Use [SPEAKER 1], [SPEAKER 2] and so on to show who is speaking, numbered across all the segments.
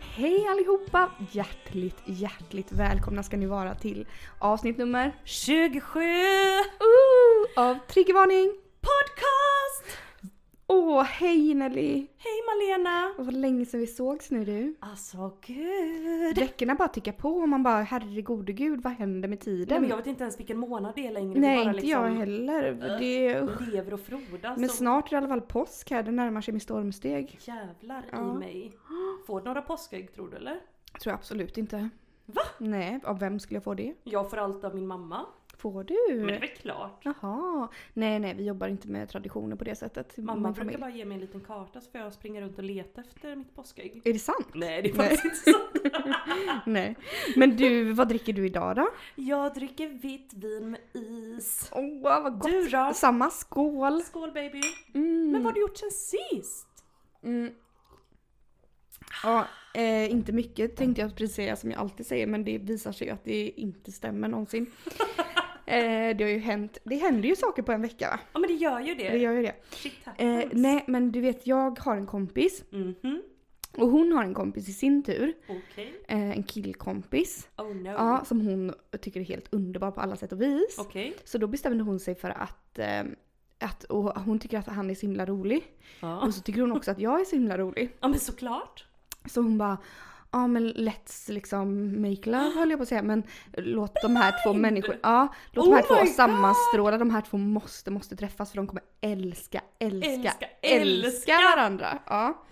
[SPEAKER 1] Hej allihopa! Hjärtligt, hjärtligt välkomna ska ni vara till avsnitt nummer
[SPEAKER 2] 27
[SPEAKER 1] Ooh, av Triggervarning!
[SPEAKER 2] podcast!
[SPEAKER 1] Åh, hej Nelly!
[SPEAKER 2] Hej Malena!
[SPEAKER 1] Och vad länge sedan vi sågs nu du.
[SPEAKER 2] Alltså gud!
[SPEAKER 1] Veckorna bara tickar på och man bara herregode gud vad händer med tiden?
[SPEAKER 2] Nej, men jag vet inte ens vilken månad det är längre. Vi
[SPEAKER 1] Nej,
[SPEAKER 2] bara liksom- Äh.
[SPEAKER 1] inte jag heller. Det, usch.
[SPEAKER 2] Lever och frodas
[SPEAKER 1] Men
[SPEAKER 2] och
[SPEAKER 1] snart är det i alla fall påsk här, det närmar sig med stormsteg.
[SPEAKER 2] jävlar
[SPEAKER 1] Ja.
[SPEAKER 2] i mig. Får du några påskägg tror du eller?
[SPEAKER 1] Tror jag absolut inte.
[SPEAKER 2] Va?
[SPEAKER 1] Nej, av vem skulle jag få det?
[SPEAKER 2] Jag får allt av min mamma.
[SPEAKER 1] Får du?
[SPEAKER 2] Men det är väl klart.
[SPEAKER 1] Jaha. Nej, nej, vi jobbar inte med traditioner på det sättet. i
[SPEAKER 2] Mamma
[SPEAKER 1] min
[SPEAKER 2] brukar
[SPEAKER 1] familj.
[SPEAKER 2] bara ge mig en liten karta så får jag springa runt och leta efter mitt påskägg.
[SPEAKER 1] Är det sant?
[SPEAKER 2] Nej det är
[SPEAKER 1] Nej.
[SPEAKER 2] faktiskt inte så.
[SPEAKER 1] nej. Men du, vad dricker du idag då?
[SPEAKER 2] Jag dricker vitt vin med is.
[SPEAKER 1] Åh, vad gott!
[SPEAKER 2] Du då?
[SPEAKER 1] Samma skål!
[SPEAKER 2] Skål baby!
[SPEAKER 1] Mm.
[SPEAKER 2] Men vad har du gjort sen sist?
[SPEAKER 1] Mm. Ja, eh, inte mycket tänkte jag precis säga som jag alltid säger men det visar sig att det inte stämmer någonsin. Eh, det har ju hänt, det händer ju saker på en vecka va?
[SPEAKER 2] Ja men det gör ju
[SPEAKER 1] Det
[SPEAKER 2] det.
[SPEAKER 1] gör ju det.
[SPEAKER 2] Shit happens.
[SPEAKER 1] Eh, nej men du vet jag har en kompis
[SPEAKER 2] Mhm.
[SPEAKER 1] och hon har en kompis i sin tur.
[SPEAKER 2] Okej.
[SPEAKER 1] Eh, en killkompis.
[SPEAKER 2] Oh no.
[SPEAKER 1] Ja, som hon tycker är helt underbar på alla sätt och vis.
[SPEAKER 2] Okej.
[SPEAKER 1] Så då bestämde hon sig för att, eh, att och hon tycker att han är så himla rolig.
[SPEAKER 2] Ja.
[SPEAKER 1] Och så tycker hon också att jag är så himla rolig.
[SPEAKER 2] ja men såklart.
[SPEAKER 1] Så hon bara Ja men let's liksom make love höll jag på att säga men låt de här två människorna, ja låt de här
[SPEAKER 2] Oh
[SPEAKER 1] två
[SPEAKER 2] my
[SPEAKER 1] sammanstråla, de här två måste, måste träffas för de kommer älska, älska, älska,
[SPEAKER 2] Älska,
[SPEAKER 1] varandra. Ja.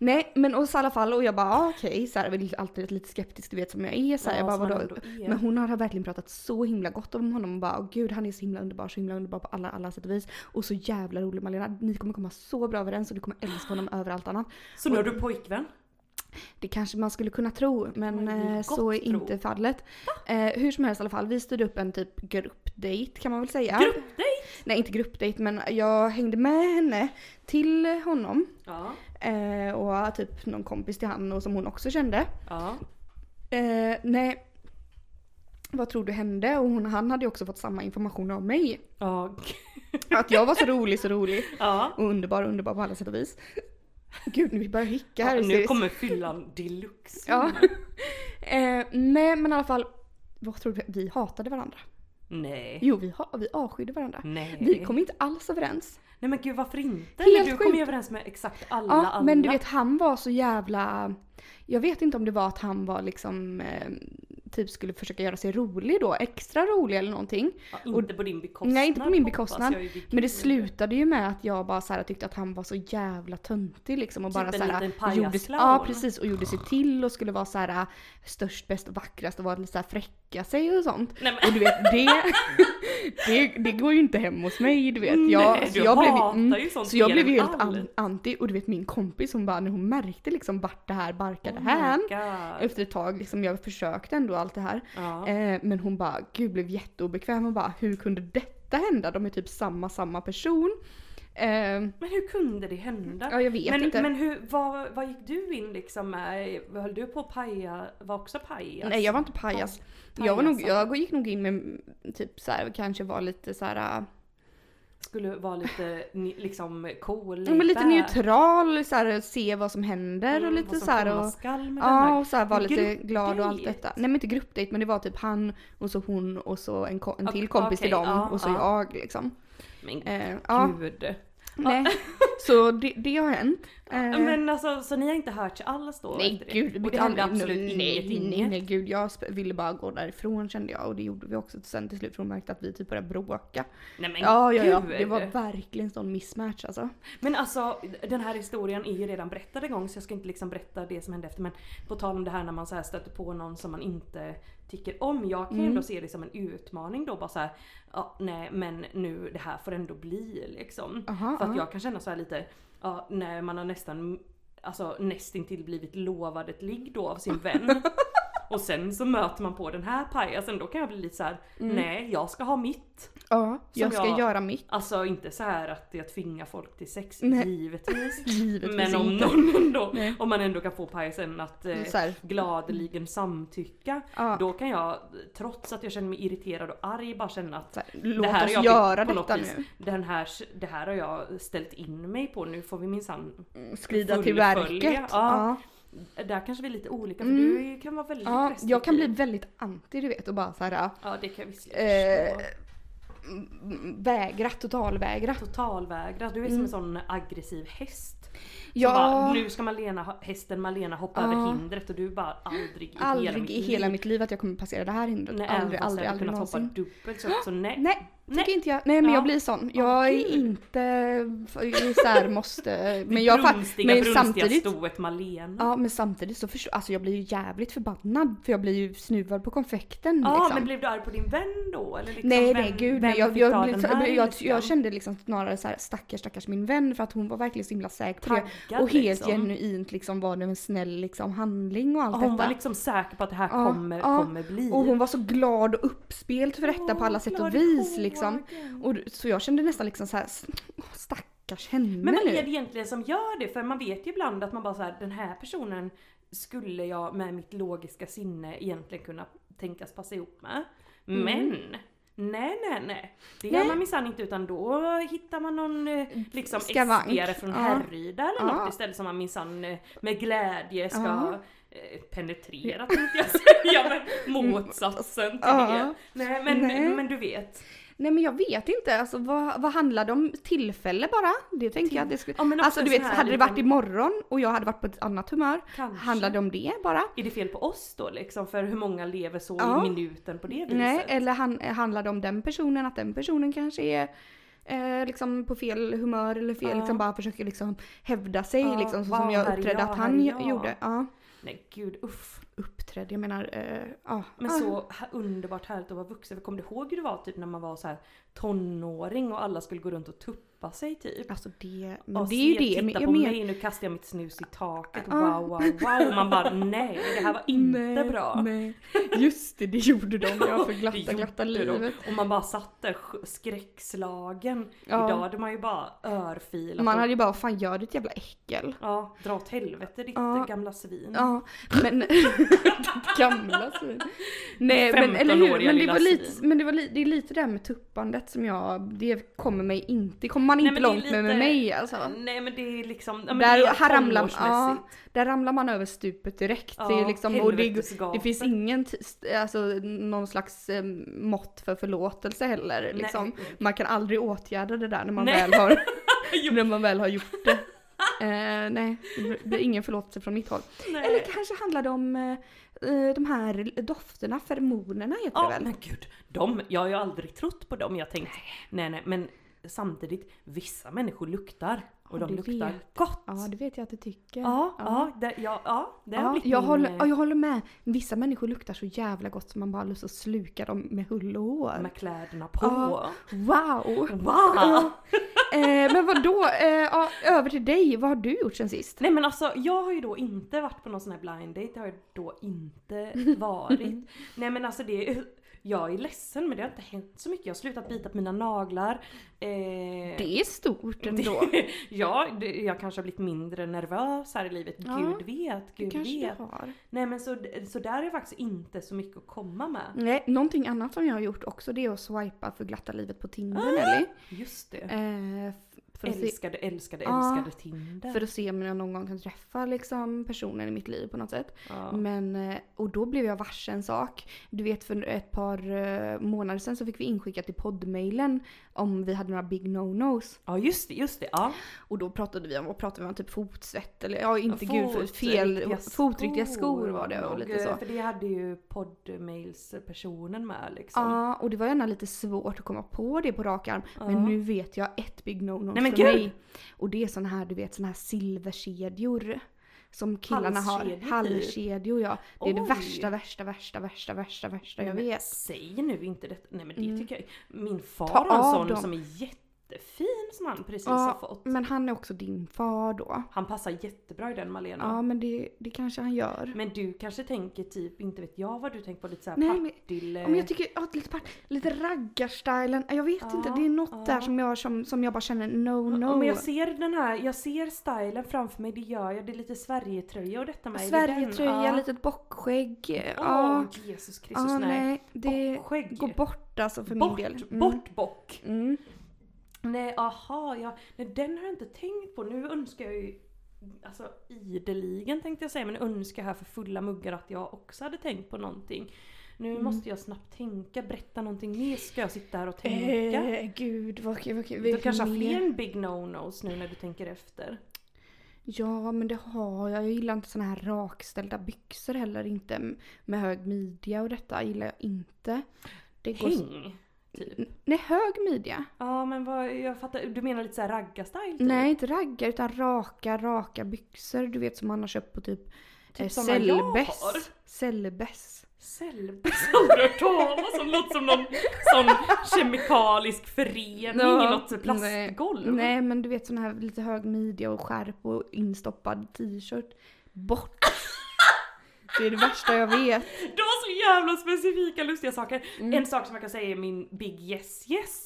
[SPEAKER 1] Nej men och så i alla fall och jag bara ja, okej så här är väl alltid lite skeptisk du vet som jag är så här,
[SPEAKER 2] Ja,
[SPEAKER 1] jag bara
[SPEAKER 2] som man
[SPEAKER 1] vadå?
[SPEAKER 2] ändå är.
[SPEAKER 1] Men hon har verkligen pratat så himla gott om honom och bara åh gud han är så himla underbar, så himla underbar på alla, alla sätt och vis och så jävla rolig Malena, ni kommer komma så bra överens och du kommer älska honom över allt annat.
[SPEAKER 2] Så nu har du pojkvän?
[SPEAKER 1] Det kanske man skulle kunna tro men
[SPEAKER 2] Man vill
[SPEAKER 1] eh,
[SPEAKER 2] gott
[SPEAKER 1] så är
[SPEAKER 2] tro.
[SPEAKER 1] inte fallet. Eh, hur som helst i alla fall, vi styrde upp en typ gruppdate kan man väl säga.
[SPEAKER 2] Gruppdejt!
[SPEAKER 1] Nej inte gruppdate men jag hängde med henne till honom
[SPEAKER 2] Ja.
[SPEAKER 1] eh, och typ någon kompis till han och som hon också kände.
[SPEAKER 2] Ja.
[SPEAKER 1] Eh, nej, vad tror du hände? Och hon, han hade ju också fått samma information av mig.
[SPEAKER 2] Ja.
[SPEAKER 1] Att jag var så rolig, så rolig
[SPEAKER 2] ja.
[SPEAKER 1] och underbar, underbar på alla sätt och vis. Gud nu börjar jag hicka här.
[SPEAKER 2] nu kommer fyllan deluxe.
[SPEAKER 1] Ja. Eh, nej men i alla fall, vad tror du? Vi hatade varandra.
[SPEAKER 2] Mm. Nej.
[SPEAKER 1] Jo vi, ha, vi avskydde varandra.
[SPEAKER 2] Nej.
[SPEAKER 1] Vi kom inte alls överens.
[SPEAKER 2] Nej men gud varför inte?
[SPEAKER 1] Helt
[SPEAKER 2] Helt du kom
[SPEAKER 1] sjukt.
[SPEAKER 2] ju överens med exakt alla
[SPEAKER 1] Ja,
[SPEAKER 2] andra.
[SPEAKER 1] men du vet han var så jävla... Jag vet inte om det var att han var liksom eh, typ skulle försöka göra sig rolig då, extra rolig eller någonting.
[SPEAKER 2] Ja, inte på din bekostnad.
[SPEAKER 1] Nej, inte på min
[SPEAKER 2] hoppas
[SPEAKER 1] bekostnad.
[SPEAKER 2] jag ju vid
[SPEAKER 1] Men det
[SPEAKER 2] gud.
[SPEAKER 1] slutade ju med att jag bara så här, tyckte att han var så jävla töntig liksom och
[SPEAKER 2] Typ
[SPEAKER 1] bara
[SPEAKER 2] en
[SPEAKER 1] så här,
[SPEAKER 2] liten pajasclown.
[SPEAKER 1] gjorde, ja, precis, och gjorde sig till och skulle vara så här äh, störst, bäst och vackrast och vara lite så här fräcka sig och sånt.
[SPEAKER 2] Nej, men-
[SPEAKER 1] Och du vet det, det, det går ju inte hem hos mig du vet. Jag,
[SPEAKER 2] Nej,
[SPEAKER 1] så
[SPEAKER 2] du
[SPEAKER 1] jag blev,
[SPEAKER 2] hatar
[SPEAKER 1] mm,
[SPEAKER 2] ju sånt
[SPEAKER 1] så jag
[SPEAKER 2] mer
[SPEAKER 1] blev ju
[SPEAKER 2] än
[SPEAKER 1] helt
[SPEAKER 2] allt.
[SPEAKER 1] an, anti och du vet min kompis hon bara när hon märkte liksom vart det här barkade
[SPEAKER 2] Oh my
[SPEAKER 1] hän.
[SPEAKER 2] God.
[SPEAKER 1] Efter ett tag liksom, jag försökte ändå allt det här.
[SPEAKER 2] Ja.
[SPEAKER 1] Eh, men hon bara, gud blev jätteobekväm och bara hur kunde detta hända? De är typ samma, samma person. Eh,
[SPEAKER 2] Men hur kunde det hända?
[SPEAKER 1] ja jag vet
[SPEAKER 2] men
[SPEAKER 1] inte.
[SPEAKER 2] men hur, vad, vad gick du in liksom med? Höll du på att paja? Var också pajas?
[SPEAKER 1] Nej jag var inte pajas.
[SPEAKER 2] Pajas.
[SPEAKER 1] Jag, var nog, jag gick nog in med mm, typ så här, kanske var lite så här, ah,
[SPEAKER 2] skulle vara lite ni- liksom cool.
[SPEAKER 1] äh, men lite neutral, så här, se vad som händer
[SPEAKER 2] Mm,
[SPEAKER 1] Mm, och lite så här. Och, ja
[SPEAKER 2] Ja.
[SPEAKER 1] och så här, var
[SPEAKER 2] Men
[SPEAKER 1] lite glad och allt
[SPEAKER 2] gruppdate?
[SPEAKER 1] detta. Nej men inte gruppdate men det var typ han och så hon och så en, ko- en
[SPEAKER 2] Okej,
[SPEAKER 1] till kompis till
[SPEAKER 2] okej,
[SPEAKER 1] dem
[SPEAKER 2] ja,
[SPEAKER 1] och så
[SPEAKER 2] ja.
[SPEAKER 1] jag liksom.
[SPEAKER 2] Men
[SPEAKER 1] Eh, ja,
[SPEAKER 2] gud.
[SPEAKER 1] nej. Så det, det har hänt. Eh,
[SPEAKER 2] Men alltså så ni har inte hört sig alls då?
[SPEAKER 1] Nej
[SPEAKER 2] efter det?
[SPEAKER 1] gud, vi
[SPEAKER 2] Och det
[SPEAKER 1] bytte
[SPEAKER 2] hände
[SPEAKER 1] aldrig-
[SPEAKER 2] absolut
[SPEAKER 1] nej,
[SPEAKER 2] inget,
[SPEAKER 1] nej,
[SPEAKER 2] inget.
[SPEAKER 1] nej gud, jag sp- ville bara gå därifrån kände jag och det gjorde vi också sen till slut för hon märkte att vi typ började bråka.
[SPEAKER 2] Nej men
[SPEAKER 1] ja, ja, ja,
[SPEAKER 2] gud.
[SPEAKER 1] det var verkligen sån mismatch alltså.
[SPEAKER 2] Men alltså den här historien är ju redan berättad en gång så jag ska inte liksom berätta det som hände efter men på tal om det här när man så här stöter på någon som man inte tycker om. Jag kan ju
[SPEAKER 1] Mm.
[SPEAKER 2] ändå se det som en utmaning då bara så här, ja nej men nu det här får ändå bli liksom.
[SPEAKER 1] Aha,
[SPEAKER 2] För att
[SPEAKER 1] ja.
[SPEAKER 2] jag kan känna så här lite, ja när man har nästan, alltså nästintill blivit lovad ett ligg då av sin vän. Och sen så möter man på den här pajasen, då kan jag bli lite så här:
[SPEAKER 1] Mm.
[SPEAKER 2] nej jag ska ha mitt.
[SPEAKER 1] Ja, jag ska
[SPEAKER 2] jag-
[SPEAKER 1] göra mitt.
[SPEAKER 2] Alltså inte så här att jag tvingar folk till sex,
[SPEAKER 1] Nej.
[SPEAKER 2] givetvis.
[SPEAKER 1] Givetvis
[SPEAKER 2] Men om
[SPEAKER 1] inte.
[SPEAKER 2] någon ändå,
[SPEAKER 1] Nej.
[SPEAKER 2] om man ändå kan få pajasen att eh,
[SPEAKER 1] Så här.
[SPEAKER 2] gladeligen samtycka.
[SPEAKER 1] Ja.
[SPEAKER 2] Då kan jag, trots att jag känner mig irriterad och arg, bara känna att
[SPEAKER 1] Så här, låt
[SPEAKER 2] här har
[SPEAKER 1] oss
[SPEAKER 2] jag
[SPEAKER 1] göra
[SPEAKER 2] på något
[SPEAKER 1] detta
[SPEAKER 2] vis-
[SPEAKER 1] nu.
[SPEAKER 2] den här, det här har jag ställt in mig på, nu får vi minsann...
[SPEAKER 1] Skrida till
[SPEAKER 2] fullfölja.
[SPEAKER 1] verket.
[SPEAKER 2] Ja.
[SPEAKER 1] Ja.
[SPEAKER 2] Där kanske vi är lite olika för
[SPEAKER 1] Mm.
[SPEAKER 2] du kan vara väldigt
[SPEAKER 1] Ja,
[SPEAKER 2] restriktiv.
[SPEAKER 1] jag kan bli väldigt anti du vet och bara så här
[SPEAKER 2] Ja det kan jag visserligen
[SPEAKER 1] eh,
[SPEAKER 2] förstå.
[SPEAKER 1] m- vägra, totalvägra.
[SPEAKER 2] Totalvägra, du är som en sån aggressiv häst. Ja.
[SPEAKER 1] Mm. Ja.
[SPEAKER 2] Bara, nu ska Malena, hästen Malena hoppa
[SPEAKER 1] Ja.
[SPEAKER 2] över hindret och du bara aldrig i hela
[SPEAKER 1] Aldrig
[SPEAKER 2] mitt
[SPEAKER 1] i hela
[SPEAKER 2] liv.
[SPEAKER 1] mitt liv att jag kommer passera det här hindret.
[SPEAKER 2] Nej,
[SPEAKER 1] aldrig,
[SPEAKER 2] aldrig,
[SPEAKER 1] aldrig,
[SPEAKER 2] hade
[SPEAKER 1] aldrig
[SPEAKER 2] kunnat hoppa
[SPEAKER 1] någonsin.
[SPEAKER 2] dubbelt så, så nej.
[SPEAKER 1] Nej,
[SPEAKER 2] Nej.
[SPEAKER 1] tycker inte jag. Nej men
[SPEAKER 2] Ja.
[SPEAKER 1] jag blir sån.
[SPEAKER 2] Ja,
[SPEAKER 1] Jag är
[SPEAKER 2] kul.
[SPEAKER 1] inte såhär måste. Men jag fa-
[SPEAKER 2] brunstiga,
[SPEAKER 1] men
[SPEAKER 2] brunstiga
[SPEAKER 1] samtidigt.
[SPEAKER 2] stoet Malena.
[SPEAKER 1] Ja men samtidigt så förstår alltså jag blir ju jävligt förbannad för jag blir ju snuvad på konfekten
[SPEAKER 2] Ja
[SPEAKER 1] liksom.
[SPEAKER 2] men blev du arg på din vän då? Eller liksom,
[SPEAKER 1] Nej
[SPEAKER 2] vem,
[SPEAKER 1] nej gud
[SPEAKER 2] vem
[SPEAKER 1] nej. Jag,
[SPEAKER 2] fick
[SPEAKER 1] jag,
[SPEAKER 2] ta
[SPEAKER 1] blev
[SPEAKER 2] den
[SPEAKER 1] så-
[SPEAKER 2] här
[SPEAKER 1] jag, jag,
[SPEAKER 2] ilskan?
[SPEAKER 1] jag kände liksom snarare så här stackars stackars min vän för att hon var verkligen så himla säker på det.
[SPEAKER 2] Taggad,
[SPEAKER 1] Och helt
[SPEAKER 2] liksom.
[SPEAKER 1] genuint liksom var det en snäll liksom handling och allt
[SPEAKER 2] Ja, Hon
[SPEAKER 1] detta.
[SPEAKER 2] var liksom säker på att det här
[SPEAKER 1] Ja,
[SPEAKER 2] kommer,
[SPEAKER 1] ja.
[SPEAKER 2] kommer bli.
[SPEAKER 1] Och hon var så glad och uppspelt för detta på alla
[SPEAKER 2] Åh,
[SPEAKER 1] sätt
[SPEAKER 2] glad
[SPEAKER 1] och
[SPEAKER 2] i
[SPEAKER 1] vis
[SPEAKER 2] hågen.
[SPEAKER 1] liksom. Och, så jag kände nästan liksom så här, "S- åh, stackars henne
[SPEAKER 2] Men vad
[SPEAKER 1] nu.
[SPEAKER 2] är det egentligen som gör det? För man vet ju ibland att man bara så här, den här personen skulle jag med mitt logiska sinne egentligen kunna tänkas passa ihop med. Men! Nej nej nej. Det gör
[SPEAKER 1] Mm. Nej.
[SPEAKER 2] man minsann inte utan då hittar man någon eh, liksom
[SPEAKER 1] Skavank.
[SPEAKER 2] SDare från
[SPEAKER 1] Ja.
[SPEAKER 2] Härryda eller
[SPEAKER 1] Ja.
[SPEAKER 2] något istället som man minsann eh, med glädje ska
[SPEAKER 1] Ja.
[SPEAKER 2] eh, penetrera tänkte jag säga. Men motsatsen till
[SPEAKER 1] Ja.
[SPEAKER 2] det. Nej men,
[SPEAKER 1] Nej.
[SPEAKER 2] men du vet.
[SPEAKER 1] Nej men jag vet inte, alltså, vad, vad handlar det om? Tillfälle bara? Det tänker jag att det skulle...
[SPEAKER 2] Ja, men också
[SPEAKER 1] alltså du
[SPEAKER 2] en
[SPEAKER 1] vet,
[SPEAKER 2] sån här liksom-
[SPEAKER 1] hade det
[SPEAKER 2] liten-
[SPEAKER 1] varit imorgon och jag hade varit på ett annat humör,
[SPEAKER 2] Kanske.
[SPEAKER 1] handlade det om det bara?
[SPEAKER 2] Är det fel på oss då liksom? För hur många lever så
[SPEAKER 1] Ja.
[SPEAKER 2] i minuten på det viset?
[SPEAKER 1] Nej, eller han, handlar det om den personen, att den personen kanske är Eh, liksom på fel humör eller fel,
[SPEAKER 2] Ja.
[SPEAKER 1] liksom bara försöker liksom hävda sig
[SPEAKER 2] Ja,
[SPEAKER 1] liksom så
[SPEAKER 2] wow,
[SPEAKER 1] som jag
[SPEAKER 2] här är
[SPEAKER 1] uppträdde
[SPEAKER 2] jag,
[SPEAKER 1] att
[SPEAKER 2] här
[SPEAKER 1] han
[SPEAKER 2] är jag.
[SPEAKER 1] gjorde. Ja.
[SPEAKER 2] Nej gud uff.
[SPEAKER 1] Uppträdde, jag menar, eh, ja. ja.
[SPEAKER 2] Men så här- underbart härligt att vara vuxen. För kommer du ihåg hur det var typ när man var så här tonåring och alla skulle gå runt och tuppa sig typ?
[SPEAKER 1] Alltså det, men
[SPEAKER 2] Och
[SPEAKER 1] det är ju
[SPEAKER 2] se,
[SPEAKER 1] det. Men,
[SPEAKER 2] Titta
[SPEAKER 1] jag
[SPEAKER 2] på
[SPEAKER 1] men,
[SPEAKER 2] mig, nu kastar jag mitt snus i taket.
[SPEAKER 1] Ja.
[SPEAKER 2] Wow, wow, wow. Och man bara nej, det här var inte bra.
[SPEAKER 1] Nej. Just det, det gjorde de. Jag för
[SPEAKER 2] Det
[SPEAKER 1] glatta,
[SPEAKER 2] gjorde
[SPEAKER 1] glatta
[SPEAKER 2] de.
[SPEAKER 1] livet.
[SPEAKER 2] Och man bara satt där sk- skräckslagen.
[SPEAKER 1] Ja.
[SPEAKER 2] Idag hade man ju bara örfilat.
[SPEAKER 1] Man
[SPEAKER 2] och- Mm.
[SPEAKER 1] hade ju bara, fan gör ditt jävla äckel.
[SPEAKER 2] Ja, dra åt helvete ditt
[SPEAKER 1] Ja.
[SPEAKER 2] gamla svin.
[SPEAKER 1] Ja, men... ditt gamla svin. Nej men eller
[SPEAKER 2] 15-åriga
[SPEAKER 1] hur, men det
[SPEAKER 2] lilla
[SPEAKER 1] var lite,
[SPEAKER 2] svin.
[SPEAKER 1] men det, var li, det är lite det här med tuppandet som jag, det kommer mig inte, det kommer man inte
[SPEAKER 2] men det är
[SPEAKER 1] långt med med
[SPEAKER 2] lite- Mm.
[SPEAKER 1] mig alltså.
[SPEAKER 2] Eh, Nej men det är liksom, ja, men det
[SPEAKER 1] Där,
[SPEAKER 2] är
[SPEAKER 1] här ramlar, ja,
[SPEAKER 2] tonårsmässigt.
[SPEAKER 1] där ramlar man över stupet direkt.
[SPEAKER 2] Ja,
[SPEAKER 1] det, är liksom, och det, det
[SPEAKER 2] helvetesgapet.
[SPEAKER 1] finns ingen t- st- alltså, någon slags eh, mått för förlåtelse heller.
[SPEAKER 2] Mm.
[SPEAKER 1] Liksom. Man kan aldrig åtgärda det där när man,
[SPEAKER 2] Nej.
[SPEAKER 1] väl har,
[SPEAKER 2] Jo.
[SPEAKER 1] när man väl har gjort det. Eh, nej, det blir ingen förlåtelse från mitt håll.
[SPEAKER 2] Nej.
[SPEAKER 1] Eller kanske handlar det om eh, eh, de här dofterna, feromonerna heter
[SPEAKER 2] Ja
[SPEAKER 1] det väl?
[SPEAKER 2] men gud, de, jag har ju aldrig trott på dem. Jag har tänkt, nej nej men samtidigt, vissa människor luktar och
[SPEAKER 1] Ja, du
[SPEAKER 2] de luktar
[SPEAKER 1] vet.
[SPEAKER 2] gott.
[SPEAKER 1] Ja, det vet jag att du tycker.
[SPEAKER 2] Ja, ja, det, ja, ja, det har
[SPEAKER 1] Ja,
[SPEAKER 2] blivit
[SPEAKER 1] jag,
[SPEAKER 2] min,
[SPEAKER 1] håller,
[SPEAKER 2] eh,
[SPEAKER 1] ja, jag håller med. Vissa människor luktar så jävla gott som man bara har lust att sluka dem med hull och hår.
[SPEAKER 2] eh, med kläderna på.
[SPEAKER 1] Ja. Wow!
[SPEAKER 2] Wow!
[SPEAKER 1] eh, men vadå? Eh, ja, över till dig, vad har du gjort sen sist?
[SPEAKER 2] Nej men alltså jag har ju då inte varit på någon sån här blind date, det har jag då inte varit. Nej men alltså det, jag är ledsen men det har inte hänt så mycket. Jag har slutat bita på mina naglar. Eh,
[SPEAKER 1] Det är stort ändå.
[SPEAKER 2] ja, det, jag kanske har blivit mindre nervös här i livet.
[SPEAKER 1] Ja,
[SPEAKER 2] Gud vet,
[SPEAKER 1] Det
[SPEAKER 2] gud
[SPEAKER 1] kanske
[SPEAKER 2] vet.
[SPEAKER 1] du har.
[SPEAKER 2] Nej men så, så där är faktiskt inte så mycket att komma med.
[SPEAKER 1] Nej, någonting annat som jag har gjort också det är att swipa för glatta livet på Tinder
[SPEAKER 2] Ah!
[SPEAKER 1] Nelly.
[SPEAKER 2] Just det.
[SPEAKER 1] Eh, f- för, att se,
[SPEAKER 2] Älskade, älskade,
[SPEAKER 1] Ja,
[SPEAKER 2] älskade Tinder.
[SPEAKER 1] för att se om jag någon gång kan träffa liksom, personen i mitt liv på något sätt.
[SPEAKER 2] ja.
[SPEAKER 1] Men, eh, och då blev jag varse en sak. Du vet för ett par eh, månader sedan så fick vi inskickat i poddmailen om vi hade några big no-nos.
[SPEAKER 2] ja just det, just det. Ja.
[SPEAKER 1] Och då pratade vi om, vad pratade vi om? Typ fotsvett eller ja inte
[SPEAKER 2] Ja,
[SPEAKER 1] gud, för fel,
[SPEAKER 2] fotriktiga
[SPEAKER 1] fotriktiga skor var det och
[SPEAKER 2] nog.
[SPEAKER 1] lite så.
[SPEAKER 2] För det hade ju poddmailspersonen med liksom.
[SPEAKER 1] Ja, och det var gärna lite svårt att komma på det på rak arm.
[SPEAKER 2] Ja.
[SPEAKER 1] Men nu vet jag ett big no-no
[SPEAKER 2] Nej, men
[SPEAKER 1] för
[SPEAKER 2] gud!
[SPEAKER 1] mig. Och det är såna här, du vet, såna här silverkedjor. Som killarna
[SPEAKER 2] Halskedjor,
[SPEAKER 1] har.
[SPEAKER 2] typ.
[SPEAKER 1] Halskedjor ja. Det är det
[SPEAKER 2] Oj.
[SPEAKER 1] värsta, värsta, värsta, värsta, värsta, värsta jag
[SPEAKER 2] Men
[SPEAKER 1] vet. Mm.
[SPEAKER 2] Säg nu inte detta. Nej men det tycker jag. Min far
[SPEAKER 1] Ta
[SPEAKER 2] har en
[SPEAKER 1] av
[SPEAKER 2] sån
[SPEAKER 1] dem.
[SPEAKER 2] som är jättefin som han precis har
[SPEAKER 1] Ja,
[SPEAKER 2] fått.
[SPEAKER 1] men han är också din far då.
[SPEAKER 2] Han passar jättebra i den Malena.
[SPEAKER 1] Ja, men det, det kanske han gör.
[SPEAKER 2] Men du kanske tänker typ, inte vet jag vad du tänker på, lite såhär
[SPEAKER 1] Nej, men-
[SPEAKER 2] Partille...
[SPEAKER 1] Ja, men jag tycker, ja, lite, part- lite raggarstylen, jag vet
[SPEAKER 2] Ja,
[SPEAKER 1] inte, det är något
[SPEAKER 2] ja.
[SPEAKER 1] där som jag, som, som jag bara känner no
[SPEAKER 2] Ja,
[SPEAKER 1] no.
[SPEAKER 2] Men jag ser den här, jag ser stylen framför mig, det gör jag. Det är lite Sverigetröja och detta med. Är det den?
[SPEAKER 1] Sverigetröja,
[SPEAKER 2] Ja.
[SPEAKER 1] litet bockskägg.
[SPEAKER 2] Åh,
[SPEAKER 1] ja.
[SPEAKER 2] Jesus Kristus,
[SPEAKER 1] Ja,
[SPEAKER 2] nej.
[SPEAKER 1] nej. Det
[SPEAKER 2] Bockskägg.
[SPEAKER 1] går bort alltså för
[SPEAKER 2] bort,
[SPEAKER 1] min del. Mm.
[SPEAKER 2] bort bock.
[SPEAKER 1] Mm.
[SPEAKER 2] Nej, aha, ja. Nej, den har jag inte tänkt på. Nu önskar jag ju, alltså ideligen tänkte jag säga, men nu önskar jag här för fulla muggar att jag också hade tänkt på någonting. Nu
[SPEAKER 1] Mm.
[SPEAKER 2] måste jag snabbt tänka, berätta någonting mer. Ska jag sitta här och tänka?
[SPEAKER 1] Eh, gud vad kul. Vad kul.
[SPEAKER 2] du
[SPEAKER 1] Vilken
[SPEAKER 2] kanske har
[SPEAKER 1] mer?
[SPEAKER 2] fler big no-nos nu när du tänker efter?
[SPEAKER 1] Ja men det har jag. Jag gillar inte såna här rakställda byxor heller inte. m- Med hög midja och detta gillar jag inte. Det går...
[SPEAKER 2] Häng, typ.
[SPEAKER 1] N- Nej hög midja.
[SPEAKER 2] Ja men vad, jag fattar, du menar lite såhär raggarstyle? typ?
[SPEAKER 1] Nej inte raggar utan raka raka byxor. Du vet som man har köpt på typ, eh,
[SPEAKER 2] såna jag har.
[SPEAKER 1] Cellbess. Cellbess.
[SPEAKER 2] Cellbess har du hört talas om? Låter som någon sån kemikalisk förening i
[SPEAKER 1] Ja,
[SPEAKER 2] något plastgolv.
[SPEAKER 1] Nej men du vet sån här lite hög midja och skärp och instoppad t-shirt. Bort! Det är det värsta jag vet.
[SPEAKER 2] Det var så jävla specifika lustiga saker.
[SPEAKER 1] Mm.
[SPEAKER 2] En sak som jag kan säga är min big yes yes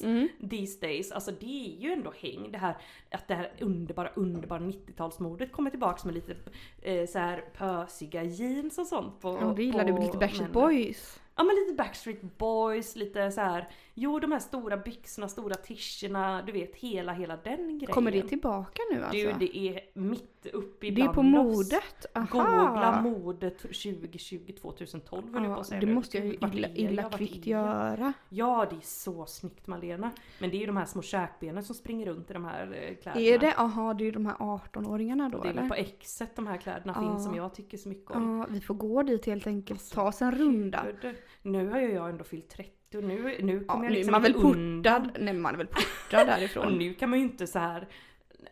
[SPEAKER 2] these days. Alltså det är ju ändå häng. Det här att det här underbara, underbara 90-talsmodet kommer tillbaks med lite eh, så här pösiga jeans och sånt. På,
[SPEAKER 1] Ja, det gillar
[SPEAKER 2] på
[SPEAKER 1] du. Lite Backstreet
[SPEAKER 2] männen.
[SPEAKER 1] Boys.
[SPEAKER 2] Ja men lite Backstreet Boys, lite så här. Jo de här stora byxorna, stora tischerna, du vet hela, hela den grejen.
[SPEAKER 1] Kommer det tillbaka nu alltså?
[SPEAKER 2] Du det är mitt uppe i
[SPEAKER 1] det är på
[SPEAKER 2] bland oss.
[SPEAKER 1] modet. Aha!
[SPEAKER 2] Googla modet 2020, 2012 höll jag på
[SPEAKER 1] Ja,
[SPEAKER 2] att säga
[SPEAKER 1] det
[SPEAKER 2] nu.
[SPEAKER 1] måste jag ju
[SPEAKER 2] Gud, vart
[SPEAKER 1] illa,
[SPEAKER 2] är
[SPEAKER 1] illa
[SPEAKER 2] jag? Vart
[SPEAKER 1] kvickt
[SPEAKER 2] är jag?
[SPEAKER 1] göra.
[SPEAKER 2] Ja det är så snyggt Malena. Men det är ju de här små käkbenen som springer runt i de här eh, kläderna.
[SPEAKER 1] Är det, aha, det är ju de här 18-åringarna då
[SPEAKER 2] Det är väl
[SPEAKER 1] eller?
[SPEAKER 2] på exet de här kläderna
[SPEAKER 1] Ja.
[SPEAKER 2] finns som jag tycker så mycket om.
[SPEAKER 1] Ja, vi får gå dit helt enkelt.
[SPEAKER 2] Alltså,
[SPEAKER 1] Ta oss en runda.
[SPEAKER 2] Gud, Nu har ju jag ändå fyllt 30 och nu, nu
[SPEAKER 1] Ja,
[SPEAKER 2] kommer
[SPEAKER 1] nu är
[SPEAKER 2] jag liksom
[SPEAKER 1] man väl
[SPEAKER 2] inte undan.
[SPEAKER 1] portad. Nej man är väl portad
[SPEAKER 2] Och
[SPEAKER 1] därifrån.
[SPEAKER 2] nu kan man ju inte så här.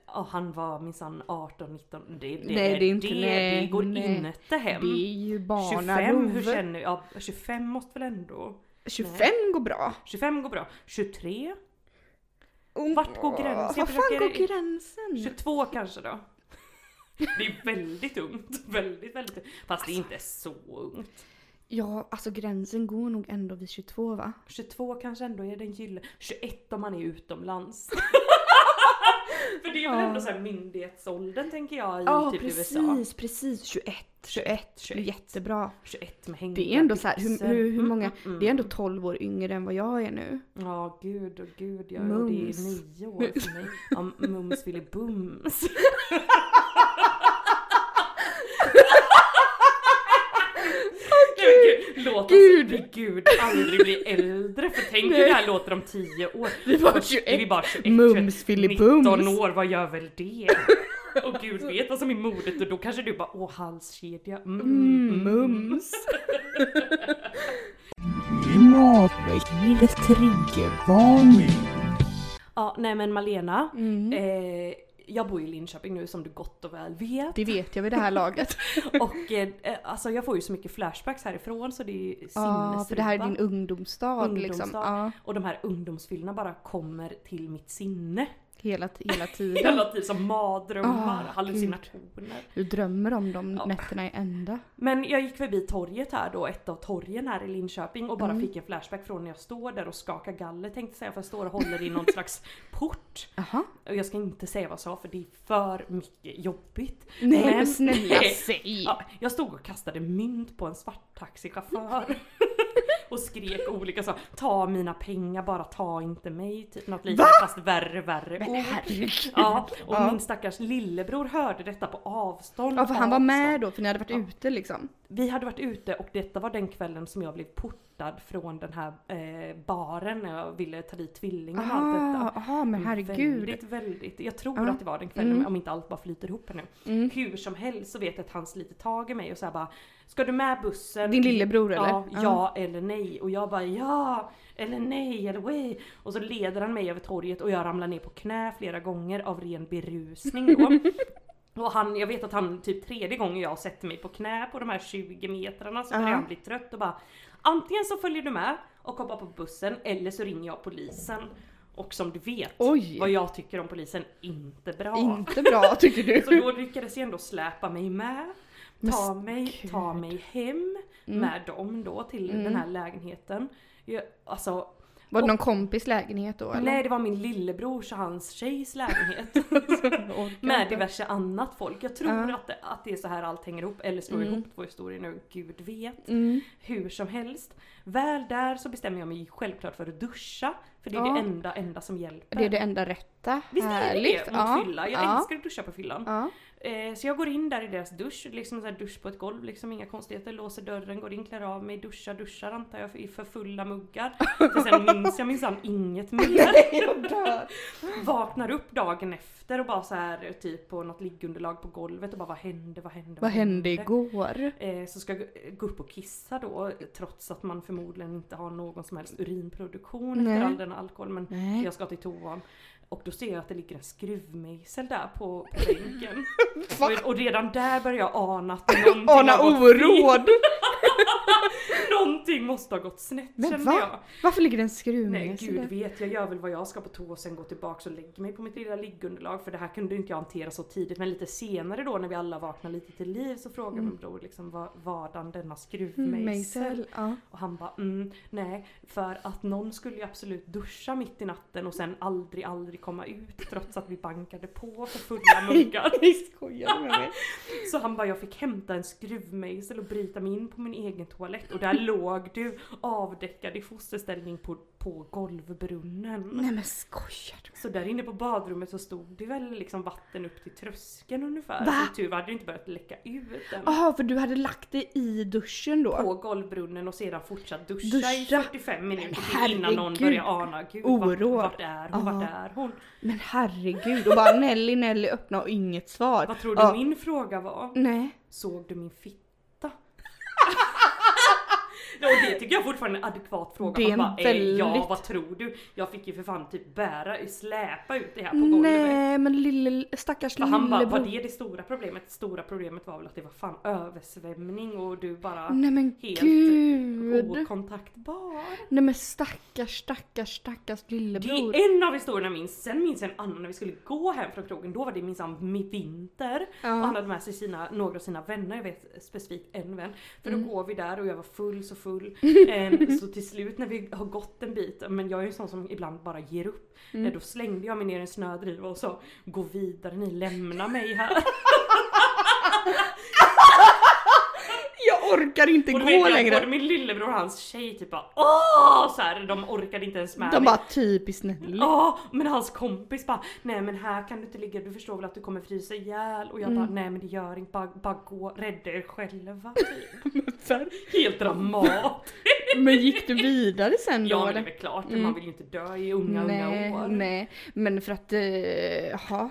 [SPEAKER 2] "Ja, han var minsann 18, 19. Det, det,
[SPEAKER 1] Nej, det är inte-
[SPEAKER 2] det,
[SPEAKER 1] nej,
[SPEAKER 2] det går
[SPEAKER 1] nej.
[SPEAKER 2] inte hem.
[SPEAKER 1] Det är ju
[SPEAKER 2] 25, hur
[SPEAKER 1] barnarov.
[SPEAKER 2] känner jag? 25 måste väl ändå...
[SPEAKER 1] 25 går bra.
[SPEAKER 2] 25 går bra. 23?
[SPEAKER 1] Mm. Oh,
[SPEAKER 2] Vart går gränsen?
[SPEAKER 1] Var
[SPEAKER 2] Jag
[SPEAKER 1] fan
[SPEAKER 2] försöker-
[SPEAKER 1] går gränsen?
[SPEAKER 2] 22 kanske då? Det är väldigt ungt. Väldigt, väldigt ungt. Fast det är inte så ungt.
[SPEAKER 1] Ja, alltså gränsen går nog ändå vid 22 va?
[SPEAKER 2] 22 kanske ändå är den gyllene. 21 om man är utomlands. För det är väl
[SPEAKER 1] Ja.
[SPEAKER 2] ändå så här myndighetsåldern tänker jag i
[SPEAKER 1] Ja,
[SPEAKER 2] typ
[SPEAKER 1] precis,
[SPEAKER 2] USA.
[SPEAKER 1] precis. 21.
[SPEAKER 2] 21, 21. Mm.
[SPEAKER 1] Jättebra.
[SPEAKER 2] 21 med hängda
[SPEAKER 1] Det är ändå så här, hur,
[SPEAKER 2] byxor.
[SPEAKER 1] hur, hur
[SPEAKER 2] Mm,
[SPEAKER 1] många,
[SPEAKER 2] mm, mm.
[SPEAKER 1] det är ändå 12 år yngre än vad jag är nu.
[SPEAKER 2] Ja, gud och gud ja. Och det är
[SPEAKER 1] Mums.
[SPEAKER 2] nio år för mig. Ja, mums ville bums. Gud, gud. Låt
[SPEAKER 1] Gud.
[SPEAKER 2] oss bli gud aldrig bli äldre. För tänk hur det här låter om tio år.
[SPEAKER 1] Vi var
[SPEAKER 2] Först är
[SPEAKER 1] 21.
[SPEAKER 2] Vi bara 21.
[SPEAKER 1] Mums
[SPEAKER 2] 19
[SPEAKER 1] filibums.
[SPEAKER 2] år, vad gör väl det? Och gud vet vad som är modet och då kanske du bara åh halskedja. Mm,
[SPEAKER 1] Mm,
[SPEAKER 2] mm.
[SPEAKER 1] mums.
[SPEAKER 3] Privatlivets triggervarning.
[SPEAKER 2] Ja, nej men Malena.
[SPEAKER 1] Mm.
[SPEAKER 2] Eh, jag bor ju i Linköping nu som du gott och väl vet.
[SPEAKER 1] Det vet jag vid det här laget.
[SPEAKER 2] Och eh, eh, alltså jag får ju så mycket flashbacks härifrån så det är ju
[SPEAKER 1] Ja, för det här är din
[SPEAKER 2] sinnesrupa.
[SPEAKER 1] ungdomsdag, liksom.
[SPEAKER 2] Ungdomsdag.
[SPEAKER 1] Ja,
[SPEAKER 2] Och de här ungdomsfyllorna bara kommer till mitt sinne.
[SPEAKER 1] hela, t- hela tiden.
[SPEAKER 2] Hela tiden som mardrömmar,
[SPEAKER 1] Ah,
[SPEAKER 2] hallucinationer.
[SPEAKER 1] Du drömmer om de
[SPEAKER 2] Ja.
[SPEAKER 1] nätterna i ända.
[SPEAKER 2] Men jag gick förbi torget här då, ett av torgen här i Linköping och bara
[SPEAKER 1] Mm.
[SPEAKER 2] fick en flashback från när jag står där och skakar galler tänkte jag säga för jag står och håller i någon slags port.
[SPEAKER 1] Jaha.
[SPEAKER 2] Och jag ska inte säga vad jag sa för det är för mycket jobbigt.
[SPEAKER 1] Nej men, snälla
[SPEAKER 2] Nej.
[SPEAKER 1] säg!
[SPEAKER 2] Ja, jag stod och kastade mynt på en svart taxichaufför. och skrek olika saker. Ta mina pengar, bara ta inte mig. Typ något liknande fast värre värre
[SPEAKER 1] Men
[SPEAKER 2] ord.
[SPEAKER 1] herregud.
[SPEAKER 2] Ja, och
[SPEAKER 1] Ja.
[SPEAKER 2] min stackars lillebror hörde detta på avstånd.
[SPEAKER 1] Ja för han var
[SPEAKER 2] avstånd.
[SPEAKER 1] med då för ni hade varit ute liksom.
[SPEAKER 2] Vi hade varit ute och detta var den kvällen som jag blev portad från den här eh, baren när jag ville ta dit tvillingar och allt detta.
[SPEAKER 1] Aha, Ah, aha men herregud.
[SPEAKER 2] Mm, Väldigt, väldigt. Jag tror
[SPEAKER 1] Ja.
[SPEAKER 2] att det var den kvällen
[SPEAKER 1] Mm.
[SPEAKER 2] om inte allt bara flyter ihop här nu.
[SPEAKER 1] Mm.
[SPEAKER 2] Hur som helst så vet jag att han sliter tag i mig och så här bara Ska du med bussen?
[SPEAKER 1] Din lillebror eller?
[SPEAKER 2] Ja, ja eller nej. Och jag bara ja eller nej eller way. Och så leder han mig över torget och jag ramlar ner på knä flera gånger av ren berusning då. Och han, jag vet att han typ tredje gången jag sätter mig på knä på de här 20 metrarna så börjar
[SPEAKER 1] Ja.
[SPEAKER 2] han bli trött och bara Antingen så följer du med och hoppar på bussen eller så ringer jag polisen. Och som du vet,
[SPEAKER 1] Oj.
[SPEAKER 2] vad jag tycker om polisen, inte bra.
[SPEAKER 1] Inte bra tycker du.
[SPEAKER 2] Så då lyckades jag ändå släpa mig med.
[SPEAKER 1] Men
[SPEAKER 2] Ta mig, ta
[SPEAKER 1] gud.
[SPEAKER 2] mig hem med dem då till
[SPEAKER 1] Mm.
[SPEAKER 2] den här lägenheten. Jag, alltså,
[SPEAKER 1] Var det någon kompis lägenhet då eller?
[SPEAKER 2] nej det var min lillebrors och hans tjejs lägenhet.
[SPEAKER 1] Orkar
[SPEAKER 2] med
[SPEAKER 1] inte.
[SPEAKER 2] diverse annat folk. Jag tror
[SPEAKER 1] Ja.
[SPEAKER 2] att, det, att det är så här allt hänger ihop, eller slår ihop två historier nu, gud vet.
[SPEAKER 1] Mm.
[SPEAKER 2] Hur som helst. Väl där så bestämmer jag mig självklart för att duscha. För det är
[SPEAKER 1] Ja.
[SPEAKER 2] det enda, enda som hjälper.
[SPEAKER 1] Det är det enda rätta.
[SPEAKER 2] Visst är det
[SPEAKER 1] Härligt.
[SPEAKER 2] det? Mot
[SPEAKER 1] Ja.
[SPEAKER 2] fylla. Jag
[SPEAKER 1] ja.
[SPEAKER 2] älskar att duscha på fyllan.
[SPEAKER 1] Ja.
[SPEAKER 2] Eh, så jag går in där i deras dusch, liksom så här dusch på ett golv, liksom inga konstigheter. Låser dörren, går in, klär av mig, duschar, duschar antar jag för- i för fulla muggar. För sen minns jag minsann inget mer. Vaknar upp dagen efter och bara så här typ på något liggunderlag på golvet och bara vad hände, vad hände,
[SPEAKER 1] Vad hände igår?
[SPEAKER 2] Eh, Så ska jag gå- gå upp och kissa då trots att man förmodligen inte har någon som helst urinproduktion
[SPEAKER 1] Nej.
[SPEAKER 2] efter all den alkohol. Men
[SPEAKER 1] Nej.
[SPEAKER 2] jag ska till toan. Och då ser jag att det ligger en skruvmejsel där på, på bänken. och, och redan där börjar jag ana att någonting,
[SPEAKER 1] Ana
[SPEAKER 2] har gått,
[SPEAKER 1] oråd!
[SPEAKER 2] någonting måste ha gått snett
[SPEAKER 1] Men
[SPEAKER 2] kände jag.
[SPEAKER 1] va? Varför ligger det en
[SPEAKER 2] Nej
[SPEAKER 1] skruvmejsel
[SPEAKER 2] gud
[SPEAKER 1] där?
[SPEAKER 2] vet, jag gör väl vad jag ska på toa och sen gå tillbaka och lägga mig på mitt lilla liggunderlag för det här kunde inte jag hantera så tidigt. Men lite senare då när vi alla vaknar lite till liv så frågar min bror liksom vad- vadan denna skruvmejsel.
[SPEAKER 1] Mm. Mejsel. Ja.
[SPEAKER 2] Och han bara mm, nej, för att någon skulle ju absolut duscha mitt i natten och sen aldrig, aldrig komma ut trots att vi bankade på för fulla muggar.
[SPEAKER 1] Ni skojar med mig.
[SPEAKER 2] Så han bara jag fick hämta en skruvmejsel och bryta mig in på min egen toalett och där låg du avdäckad i fosterställning på, på golvbrunnen.
[SPEAKER 1] Nej men skojar du?
[SPEAKER 2] Så där inne på badrummet så stod det väl liksom vatten upp till tröskeln ungefär.
[SPEAKER 1] Va?
[SPEAKER 2] Som tur var hade det inte börjat läcka ut än.
[SPEAKER 1] Jaha för du hade lagt det i duschen då?
[SPEAKER 2] På golvbrunnen och sedan fortsatt duscha, i
[SPEAKER 1] Duscha?
[SPEAKER 2] 45 minuter
[SPEAKER 1] Men
[SPEAKER 2] till innan någon
[SPEAKER 1] herregud.
[SPEAKER 2] börjar ana gud vart,
[SPEAKER 1] Oråd.
[SPEAKER 2] vart är hon, vart
[SPEAKER 1] Ja.
[SPEAKER 2] är hon?
[SPEAKER 1] Men herregud och bara Nelly Nelly öppna och inget svar.
[SPEAKER 2] Vad tror du
[SPEAKER 1] Ja. Mm.
[SPEAKER 2] min fråga var?
[SPEAKER 1] Nej.
[SPEAKER 2] Såg du min fitta? Ja, och det tycker jag fortfarande är en adekvat fråga.
[SPEAKER 1] Det är
[SPEAKER 2] Man bara,
[SPEAKER 1] en
[SPEAKER 2] "Eh, Ja
[SPEAKER 1] väldigt-
[SPEAKER 2] vad tror du? Jag fick ju för fan typ bära, släpa ut det här på golvet.
[SPEAKER 1] Nej men lille stackars
[SPEAKER 2] För han bara, var
[SPEAKER 1] lillebror.
[SPEAKER 2] det det stora problemet? Det stora problemet var väl att det var fan översvämning och du bara
[SPEAKER 1] Nej men
[SPEAKER 2] helt
[SPEAKER 1] gud.
[SPEAKER 2] okontaktbar.
[SPEAKER 1] Nej men stackars stackars stackars
[SPEAKER 2] Det
[SPEAKER 1] lillebror.
[SPEAKER 2] är en av historierna jag minns. Sen minns jag en annan när vi skulle gå hem från krogen. Då var det minsann mi- vinter.
[SPEAKER 1] Ja.
[SPEAKER 2] Och han hade med sig sina, några av sina vänner, jag vet specifikt en vän. För
[SPEAKER 1] Mm.
[SPEAKER 2] då går vi där och jag var full så full. Ehm, så till slut när vi har gått en bit, men jag är ju en sån som ibland bara ger upp.
[SPEAKER 1] Mm.
[SPEAKER 2] Eh, Då slängde jag mig ner i en snödriva och sa Gå vidare ni, lämna mig här.
[SPEAKER 1] Jag orkar inte
[SPEAKER 2] Och då
[SPEAKER 1] gå
[SPEAKER 2] vet jag,
[SPEAKER 1] längre.
[SPEAKER 2] både min lillebror och hans tjej typ bara Åh! Så här, de orkade inte ens med
[SPEAKER 1] De
[SPEAKER 2] mig.
[SPEAKER 1] bara typiskt Nelly.
[SPEAKER 2] Ja, men hans kompis bara nej men här kan du inte ligga, du förstår väl att du kommer frysa ihjäl? Och jag
[SPEAKER 1] Mm.
[SPEAKER 2] bara nej men det gör inte, bara, bara gå, rädda er själva. Helt dramat.
[SPEAKER 1] Men gick du vidare sen då
[SPEAKER 2] Ja men det är
[SPEAKER 1] eller?
[SPEAKER 2] väl klart, man vill ju inte dö i unga
[SPEAKER 1] Mm. nej,
[SPEAKER 2] unga år.
[SPEAKER 1] nej. Men för att, eh, jaha.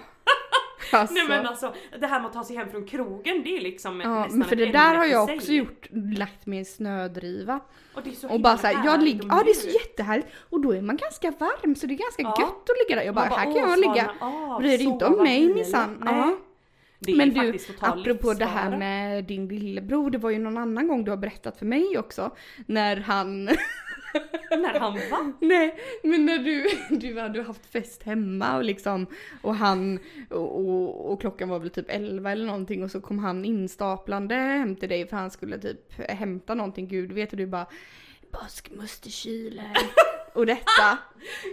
[SPEAKER 1] Alltså.
[SPEAKER 2] Nej men alltså det här med att ta sig hem från krogen det är liksom
[SPEAKER 1] Ja,
[SPEAKER 2] nästan
[SPEAKER 1] men för
[SPEAKER 2] ett
[SPEAKER 1] det där
[SPEAKER 2] ämne
[SPEAKER 1] har
[SPEAKER 2] för
[SPEAKER 1] jag
[SPEAKER 2] sig.
[SPEAKER 1] också gjort, lagt mig i en snödriva.
[SPEAKER 2] Och, det är så
[SPEAKER 1] Och bara
[SPEAKER 2] himla
[SPEAKER 1] såhär, jag
[SPEAKER 2] härligt
[SPEAKER 1] ligger,
[SPEAKER 2] och
[SPEAKER 1] ja det är så
[SPEAKER 2] mjukt.
[SPEAKER 1] jättehärligt. Och då är man ganska varm så det är ganska
[SPEAKER 2] Ja.
[SPEAKER 1] gött att ligga där. Jag bara,
[SPEAKER 2] Man
[SPEAKER 1] här kan
[SPEAKER 2] åh,
[SPEAKER 1] jag ligga.
[SPEAKER 2] svalna av,
[SPEAKER 1] Bryr dig inte om
[SPEAKER 2] sova
[SPEAKER 1] mig
[SPEAKER 2] i, eller?
[SPEAKER 1] minsann.
[SPEAKER 2] Nej.
[SPEAKER 1] Ja.
[SPEAKER 2] Det är
[SPEAKER 1] Men du,
[SPEAKER 2] faktiskt total
[SPEAKER 1] apropå det här
[SPEAKER 2] livsfara.
[SPEAKER 1] med din lillebror, det var ju någon annan gång du har berättat för mig också. När han
[SPEAKER 2] När han vann.
[SPEAKER 1] Nej, men när du, du hade haft fest hemma och liksom och han och, och, och klockan var väl typ 11 eller någonting och så kom han instaplande hem till dig för han skulle typ hämta någonting, gud vet och du bara Bask måste kylen och detta.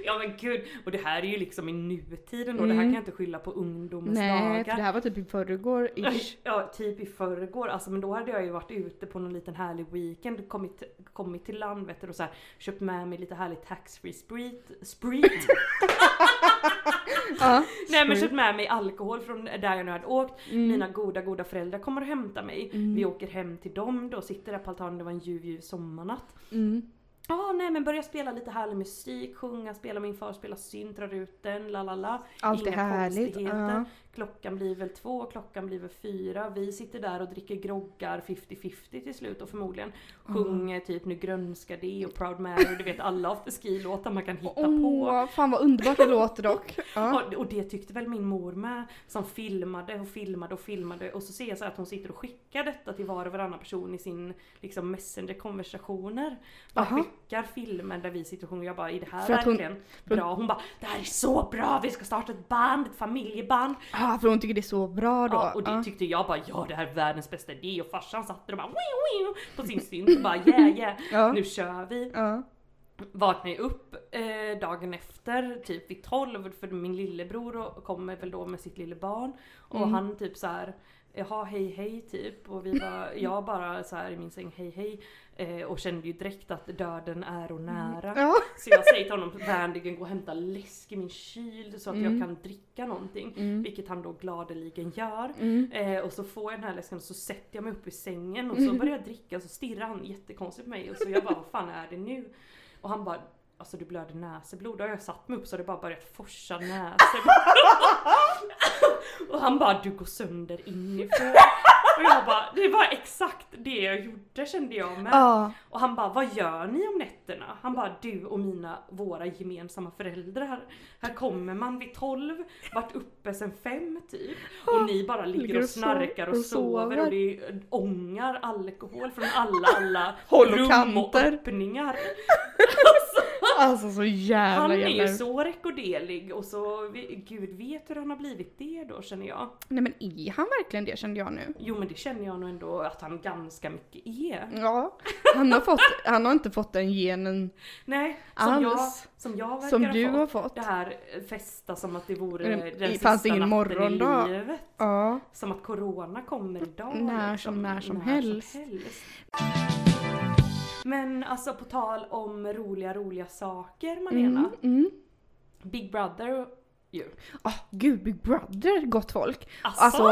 [SPEAKER 2] Ja men gud, och det här är ju liksom i nutiden och det här kan jag inte skylla på ungdomens
[SPEAKER 1] Mm. Nej, för det
[SPEAKER 2] dagar.
[SPEAKER 1] här var typ i förrgår ish.
[SPEAKER 2] Ja, typ i förrgår, alltså, men då hade jag ju varit ute på någon liten härlig weekend, kommit, kommit till land vet du, och så här, köpt med mig lite härlig taxfree sprit, sprit.
[SPEAKER 1] Ja,
[SPEAKER 2] Nej men
[SPEAKER 1] sprit.
[SPEAKER 2] köpt med mig alkohol från där jag nu hade åkt.
[SPEAKER 1] Mm.
[SPEAKER 2] Mina goda goda föräldrar kommer och hämtar mig. Vi åker hem till dem då, sitter där på altanen, det var en ljuv ljuv sommarnatt.
[SPEAKER 1] Mm.
[SPEAKER 2] Ja, nej men börja spela lite härlig musik, sjunga, spela min far, spela synt, drar ut den, la la la.
[SPEAKER 1] Allt är härligt,
[SPEAKER 2] konstigheter.
[SPEAKER 1] ja.
[SPEAKER 2] Klockan blir väl två, klockan blir väl fyra. Vi sitter där och dricker groggar 50-50 till slut och förmodligen sjunger typ Nu grönskar det och Proud Mary. Du vet alla afterski-låtar man kan hitta på.
[SPEAKER 1] Åh, fan vad underbart det låter dock. Ja.
[SPEAKER 2] Och, och det tyckte väl min mor med. Som filmade och filmade och filmade. Och så ser jag så här att hon sitter och skickar detta till var och varannan person i sin liksom messenger-konversationer. Bara
[SPEAKER 1] Aha.
[SPEAKER 2] skickar filmer där vi sitter och sjunger. Jag bara, är det här
[SPEAKER 1] För att hon-
[SPEAKER 2] verkligen bra? Hon bara, det här är så bra! Vi ska starta ett band, ett familjeband.
[SPEAKER 1] Ah, för hon tycker det är så bra då.
[SPEAKER 2] Ja, och det
[SPEAKER 1] Ja.
[SPEAKER 2] tyckte jag bara, ja det här är världens bästa idé. Och farsan satt där och bara, wiu, wiu, på sin synt och bara, yeah yeah,
[SPEAKER 1] Ja.
[SPEAKER 2] nu kör vi
[SPEAKER 1] Ja.
[SPEAKER 2] vaknar jag upp eh, dagen efter, typ vid 12, för min lillebror och- kommer väl då med sitt lilla barn. Och han typ så här. Jaha hej hej typ och vi bara, jag bara så här i min säng hej hej eh, och kände ju direkt att döden är och nära.
[SPEAKER 1] Ja.
[SPEAKER 2] Så jag säger till honom vänligen gå och hämta läsk i min kyl så att jag kan dricka någonting. Vilket han då gladeligen gör. Eh, och så får jag den här läsken och så sätter jag mig upp i sängen och så börjar jag dricka och så stirrar han jättekonstigt på mig och så jag bara vad fan är det nu? Och han bara Alltså du blöder näseblod. Då har jag satt mig upp så har det bara börjat forsa näseblod. och han bara du går sönder inifrån. Och jag bara det var exakt det jag gjorde kände jag med.
[SPEAKER 1] Ja.
[SPEAKER 2] Och han bara, vad gör ni om nätterna? Han bara, du och mina, våra gemensamma föräldrar. Här kommer man vid 12, varit uppe sen fem typ. Och ni bara ligger och
[SPEAKER 1] och so-
[SPEAKER 2] snarkar och
[SPEAKER 1] och
[SPEAKER 2] sover
[SPEAKER 1] sover.
[SPEAKER 2] och det är eh, ångar alkohol från alla, alla
[SPEAKER 1] Håll och
[SPEAKER 2] rum och
[SPEAKER 1] kanter."
[SPEAKER 2] öppningar.
[SPEAKER 1] Alltså så jävla
[SPEAKER 2] Han är
[SPEAKER 1] jävla...
[SPEAKER 2] ju så rekorderlig och så, vi- gud vet hur han har blivit det då känner jag.
[SPEAKER 1] Nej men är han verkligen det kände jag nu?
[SPEAKER 2] Jo men det känner jag nog ändå att han ganska mycket är.
[SPEAKER 1] Ja. Han har, fått, han har inte fått den genen
[SPEAKER 2] Nej, som jag,
[SPEAKER 1] Alls.
[SPEAKER 2] som jag verkar
[SPEAKER 1] som
[SPEAKER 2] ha
[SPEAKER 1] du
[SPEAKER 2] fått.
[SPEAKER 1] har fått.
[SPEAKER 2] Det här eh, festa som att det vore
[SPEAKER 1] Det-
[SPEAKER 2] den
[SPEAKER 1] det
[SPEAKER 2] sista
[SPEAKER 1] fanns ingen
[SPEAKER 2] natten
[SPEAKER 1] morgon då.
[SPEAKER 2] i livet.
[SPEAKER 1] Ja.
[SPEAKER 2] Som att corona kommer idag.
[SPEAKER 1] När som- när som helst.
[SPEAKER 2] helst. Men alltså på tal om roliga, roliga saker Malena.
[SPEAKER 1] Mm, mm.
[SPEAKER 2] Big Brother ju.
[SPEAKER 1] Ah, gud, Big Brother, gott folk.
[SPEAKER 2] Asså?
[SPEAKER 1] Alltså,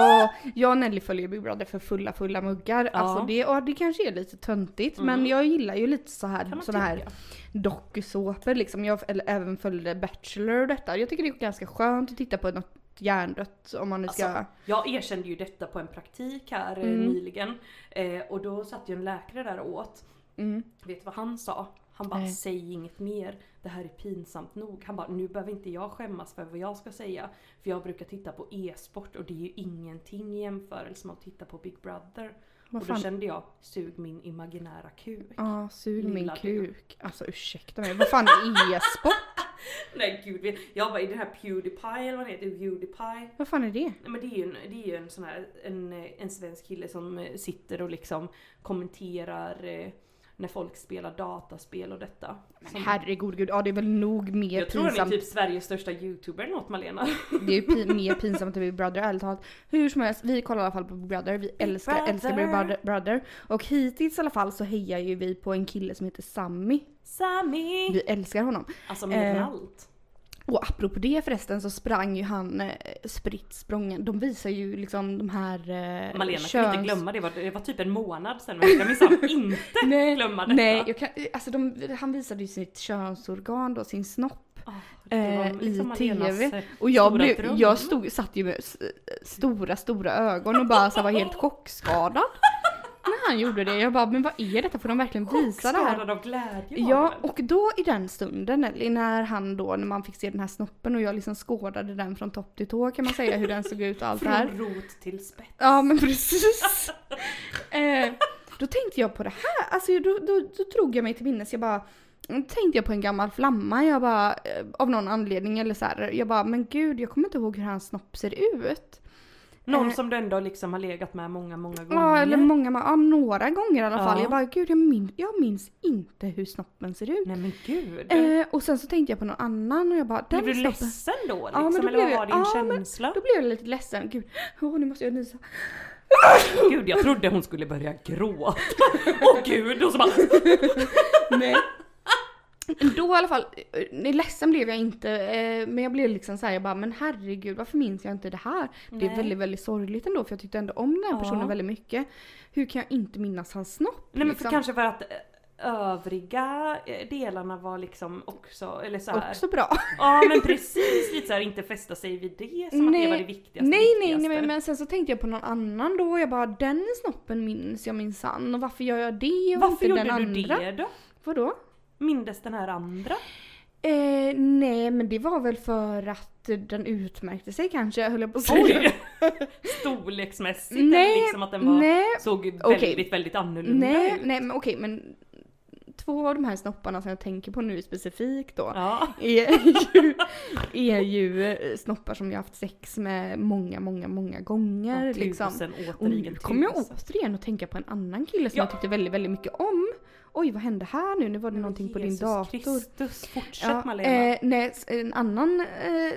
[SPEAKER 1] jag och Nelly följer Big Brother för fulla, fulla muggar. Alltså det, och det kanske är lite töntigt men jag gillar ju lite så här,
[SPEAKER 2] Mm. man
[SPEAKER 1] såna här
[SPEAKER 2] tycka.
[SPEAKER 1] dokusåpor liksom. Jag eller, även följde Bachelor och detta. Jag tycker det är ganska skönt att titta på något hjärndött om man nu ska...
[SPEAKER 2] Alltså, jag erkände ju detta på en praktik här eh, nyligen. Eh, och då satt ju en läkare där och åt.
[SPEAKER 1] Mm.
[SPEAKER 2] Vet du vad han sa? Han bara
[SPEAKER 1] Nej.
[SPEAKER 2] säg inget mer, det här är pinsamt nog. Han bara nu behöver inte jag skämmas för vad jag ska säga. För jag brukar titta på e-sport och det är ju ingenting i jämförelse med att titta på Big Brother.
[SPEAKER 1] Vad
[SPEAKER 2] och då
[SPEAKER 1] fan?
[SPEAKER 2] kände jag, sug min imaginära kuk.
[SPEAKER 1] Ja, ah, sug min
[SPEAKER 2] Lilla du.
[SPEAKER 1] kuk. Alltså ursäkta mig, vad fan är e-sport?
[SPEAKER 2] Nej gud, vet- jag bara i den här Pewdiepie eller vad han heter, Pewdiepie.
[SPEAKER 1] Vad fan är det?
[SPEAKER 2] Nej, men det är ju en, det är ju en sån här, en, en svensk kille som eh, sitter och liksom kommenterar eh, när folk spelar dataspel och detta.
[SPEAKER 1] Men
[SPEAKER 2] Som-
[SPEAKER 1] herregud, gud. ja det är väl nog mer
[SPEAKER 2] jag tror
[SPEAKER 1] pinsamt.
[SPEAKER 2] han är typ Sveriges största youtuber eller något Malena.
[SPEAKER 1] Det är ju pi- mer pinsamt än Big Brother ärligt talat. Hur som helst, vi kollar i alla fall på Big Brother. Vi älskar,
[SPEAKER 2] Brother.
[SPEAKER 1] älskar Big Brother- Brother. Och hittills i alla fall så hejar ju vi på en kille som heter Sammy.
[SPEAKER 2] Sammy!
[SPEAKER 1] Vi älskar honom.
[SPEAKER 2] Alltså mer än
[SPEAKER 1] Eh,
[SPEAKER 2] allt.
[SPEAKER 1] Och apropå det förresten så sprang ju han eh, spritt sprången. De visar ju liksom de här eh,
[SPEAKER 2] Malena kan inte glömma det, var, det var typ en månad sedan men jag kan minsann inte
[SPEAKER 1] Nej,
[SPEAKER 2] glömma detta.
[SPEAKER 1] nej jag kan, alltså de, han visade ju sitt könsorgan då, sin snopp.
[SPEAKER 2] Ah, det var
[SPEAKER 1] eh,
[SPEAKER 2] liksom
[SPEAKER 1] i
[SPEAKER 2] Malenas,
[SPEAKER 1] tv.
[SPEAKER 2] eh,
[SPEAKER 1] Och jag,
[SPEAKER 2] stora
[SPEAKER 1] blev,
[SPEAKER 2] dröm.
[SPEAKER 1] jag stod, satt ju med s- eh, stora, stora ögon och bara så här var helt chockskadad. När han gjorde det. Jag bara, men vad är detta? Får de verkligen visa det här?
[SPEAKER 2] Skadad av glädje var
[SPEAKER 1] Ja,
[SPEAKER 2] det väl?
[SPEAKER 1] och då i den stunden Nelly, när han då, när man fick se den här snoppen och jag liksom skådade den från topp till tå kan man säga hur den såg ut och allt det här.
[SPEAKER 2] Från rot till spett.
[SPEAKER 1] Ja men precis. eh, då tänkte jag på det här, alltså då, då, då drog jag mig till minnes, jag bara då tänkte jag på en gammal flamma, jag bara eh, av någon anledning eller så här, jag bara men gud jag kommer inte ihåg hur hans snopp ser ut.
[SPEAKER 2] Någon
[SPEAKER 1] eh,
[SPEAKER 2] som du ändå liksom har legat med många, många gånger.
[SPEAKER 1] Ja eller många, ja, några gånger i alla fall.
[SPEAKER 2] Ja.
[SPEAKER 1] Jag bara gud jag minns, jag minns inte hur snoppen ser ut.
[SPEAKER 2] Nej men gud.
[SPEAKER 1] Eh, och sen så tänkte jag på någon annan och jag bara den
[SPEAKER 2] blev du
[SPEAKER 1] snoppen.
[SPEAKER 2] ledsen då liksom?
[SPEAKER 1] Ja, men då
[SPEAKER 2] eller vad
[SPEAKER 1] blev
[SPEAKER 2] var
[SPEAKER 1] jag-
[SPEAKER 2] din
[SPEAKER 1] ja, men-
[SPEAKER 2] känsla?
[SPEAKER 1] Då blev jag lite ledsen, gud åh nu måste jag nysa.
[SPEAKER 2] Gud jag trodde hon skulle börja gråta. Åh gud! Och så bara...
[SPEAKER 1] Nej. Då i alla fall, eh, nej, ledsen blev jag inte eh, men jag blev liksom såhär, jag bara men herregud varför minns jag inte det här? Det
[SPEAKER 2] Nej.
[SPEAKER 1] är väldigt väldigt sorgligt ändå för jag tyckte ändå om den här
[SPEAKER 2] Ja.
[SPEAKER 1] personen väldigt mycket. Hur kan jag inte minnas hans snopp?
[SPEAKER 2] Nej men för
[SPEAKER 1] liksom?
[SPEAKER 2] kanske för att eh, övriga eh, delarna var liksom också, eller så här.
[SPEAKER 1] Också bra.
[SPEAKER 2] Ja men precis, lite såhär inte fästa sig vid det som att det
[SPEAKER 1] Nej.
[SPEAKER 2] var det viktigaste.
[SPEAKER 1] Nej nej
[SPEAKER 2] viktigaste.
[SPEAKER 1] nej men sen så tänkte jag på någon annan då och jag bara den snoppen minns jag minsann och varför gör jag det och
[SPEAKER 2] Varför
[SPEAKER 1] inte
[SPEAKER 2] gjorde
[SPEAKER 1] den
[SPEAKER 2] du
[SPEAKER 1] andra?
[SPEAKER 2] det då?
[SPEAKER 1] Vadå?
[SPEAKER 2] Mindes den här andra?
[SPEAKER 1] Eh, nej men det var väl för att den utmärkte sig kanske höll jag på att säga.
[SPEAKER 2] Oj! Storleksmässigt
[SPEAKER 1] Nej,
[SPEAKER 2] eller liksom att den var,
[SPEAKER 1] nej,
[SPEAKER 2] såg väldigt, väldigt annorlunda
[SPEAKER 1] nej,
[SPEAKER 2] ut.
[SPEAKER 1] nej men okej men två av de här snopparna som jag tänker på nu specifikt då
[SPEAKER 2] Ja.
[SPEAKER 1] är, ju, är ju eh, snoppar som jag haft sex med många många många gånger.
[SPEAKER 2] tusen,
[SPEAKER 1] liksom. Och
[SPEAKER 2] återigen
[SPEAKER 1] nu kommer jag
[SPEAKER 2] tusen.
[SPEAKER 1] återigen att tänka på en annan kille som
[SPEAKER 2] Ja.
[SPEAKER 1] jag tyckte väldigt, väldigt mycket om. Oj, vad hände här nu? Nu var det någonting på din
[SPEAKER 2] Jesus
[SPEAKER 1] dator.
[SPEAKER 2] Kristus, fortsätt
[SPEAKER 1] Ja,
[SPEAKER 2] Malena.
[SPEAKER 1] eh, nej, s- en annan, eh,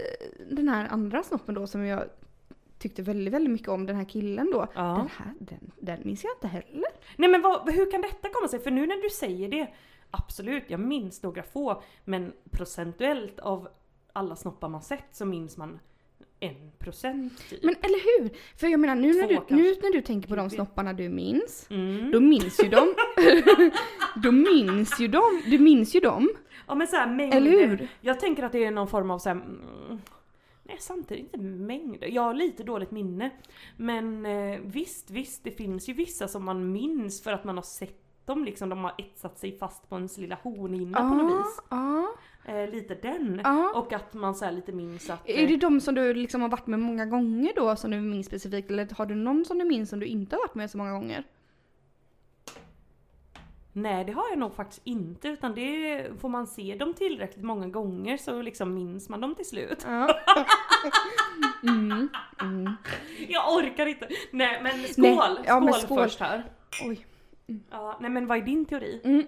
[SPEAKER 1] den här andra snoppen då som jag tyckte väldigt, väldigt mycket om, den här killen då.
[SPEAKER 2] Ja.
[SPEAKER 1] Den här, den, den minns jag inte heller.
[SPEAKER 2] Nej men vad, hur kan detta komma sig? För nu när du säger det, absolut jag minns några få, men procentuellt av alla snoppar man sett så minns man en procent typ.
[SPEAKER 1] Men eller hur? För jag menar nu, när
[SPEAKER 2] Två
[SPEAKER 1] du,
[SPEAKER 2] kanske. Typ.
[SPEAKER 1] nu när du tänker på de
[SPEAKER 2] Gud.
[SPEAKER 1] snopparna du minns,
[SPEAKER 2] Mm.
[SPEAKER 1] då minns ju de, då minns ju de, du minns ju dem.
[SPEAKER 2] Ja men såhär mängder.
[SPEAKER 1] Eller hur?
[SPEAKER 2] Jag tänker att det är någon form av såhär... Mm, nej samtidigt inte mängder. Jag har lite dåligt minne. Men eh, visst, visst det finns ju vissa som man minns för att man har sett dem liksom. De har etsat sig fast på ens lilla hornhinna på
[SPEAKER 1] Ah.
[SPEAKER 2] något vis.
[SPEAKER 1] ja,
[SPEAKER 2] Eh, lite den.
[SPEAKER 1] ja.
[SPEAKER 2] Och att man såhär lite minns att...
[SPEAKER 1] Ah. Är det de som du liksom har varit med många gånger då som du minns specifikt? Eller har du någon som du minns som du inte har varit med så många gånger?
[SPEAKER 2] Nej det har jag nog faktiskt inte utan det får man se dem tillräckligt många gånger så liksom minns man dem till slut.
[SPEAKER 1] Ja. Mm. Mm.
[SPEAKER 2] Jag orkar inte! Nej men skål!
[SPEAKER 1] ja,
[SPEAKER 2] skål,
[SPEAKER 1] men skål.
[SPEAKER 2] först här.
[SPEAKER 1] Oj.
[SPEAKER 2] Ja, nej men vad är din teori?
[SPEAKER 1] Mm.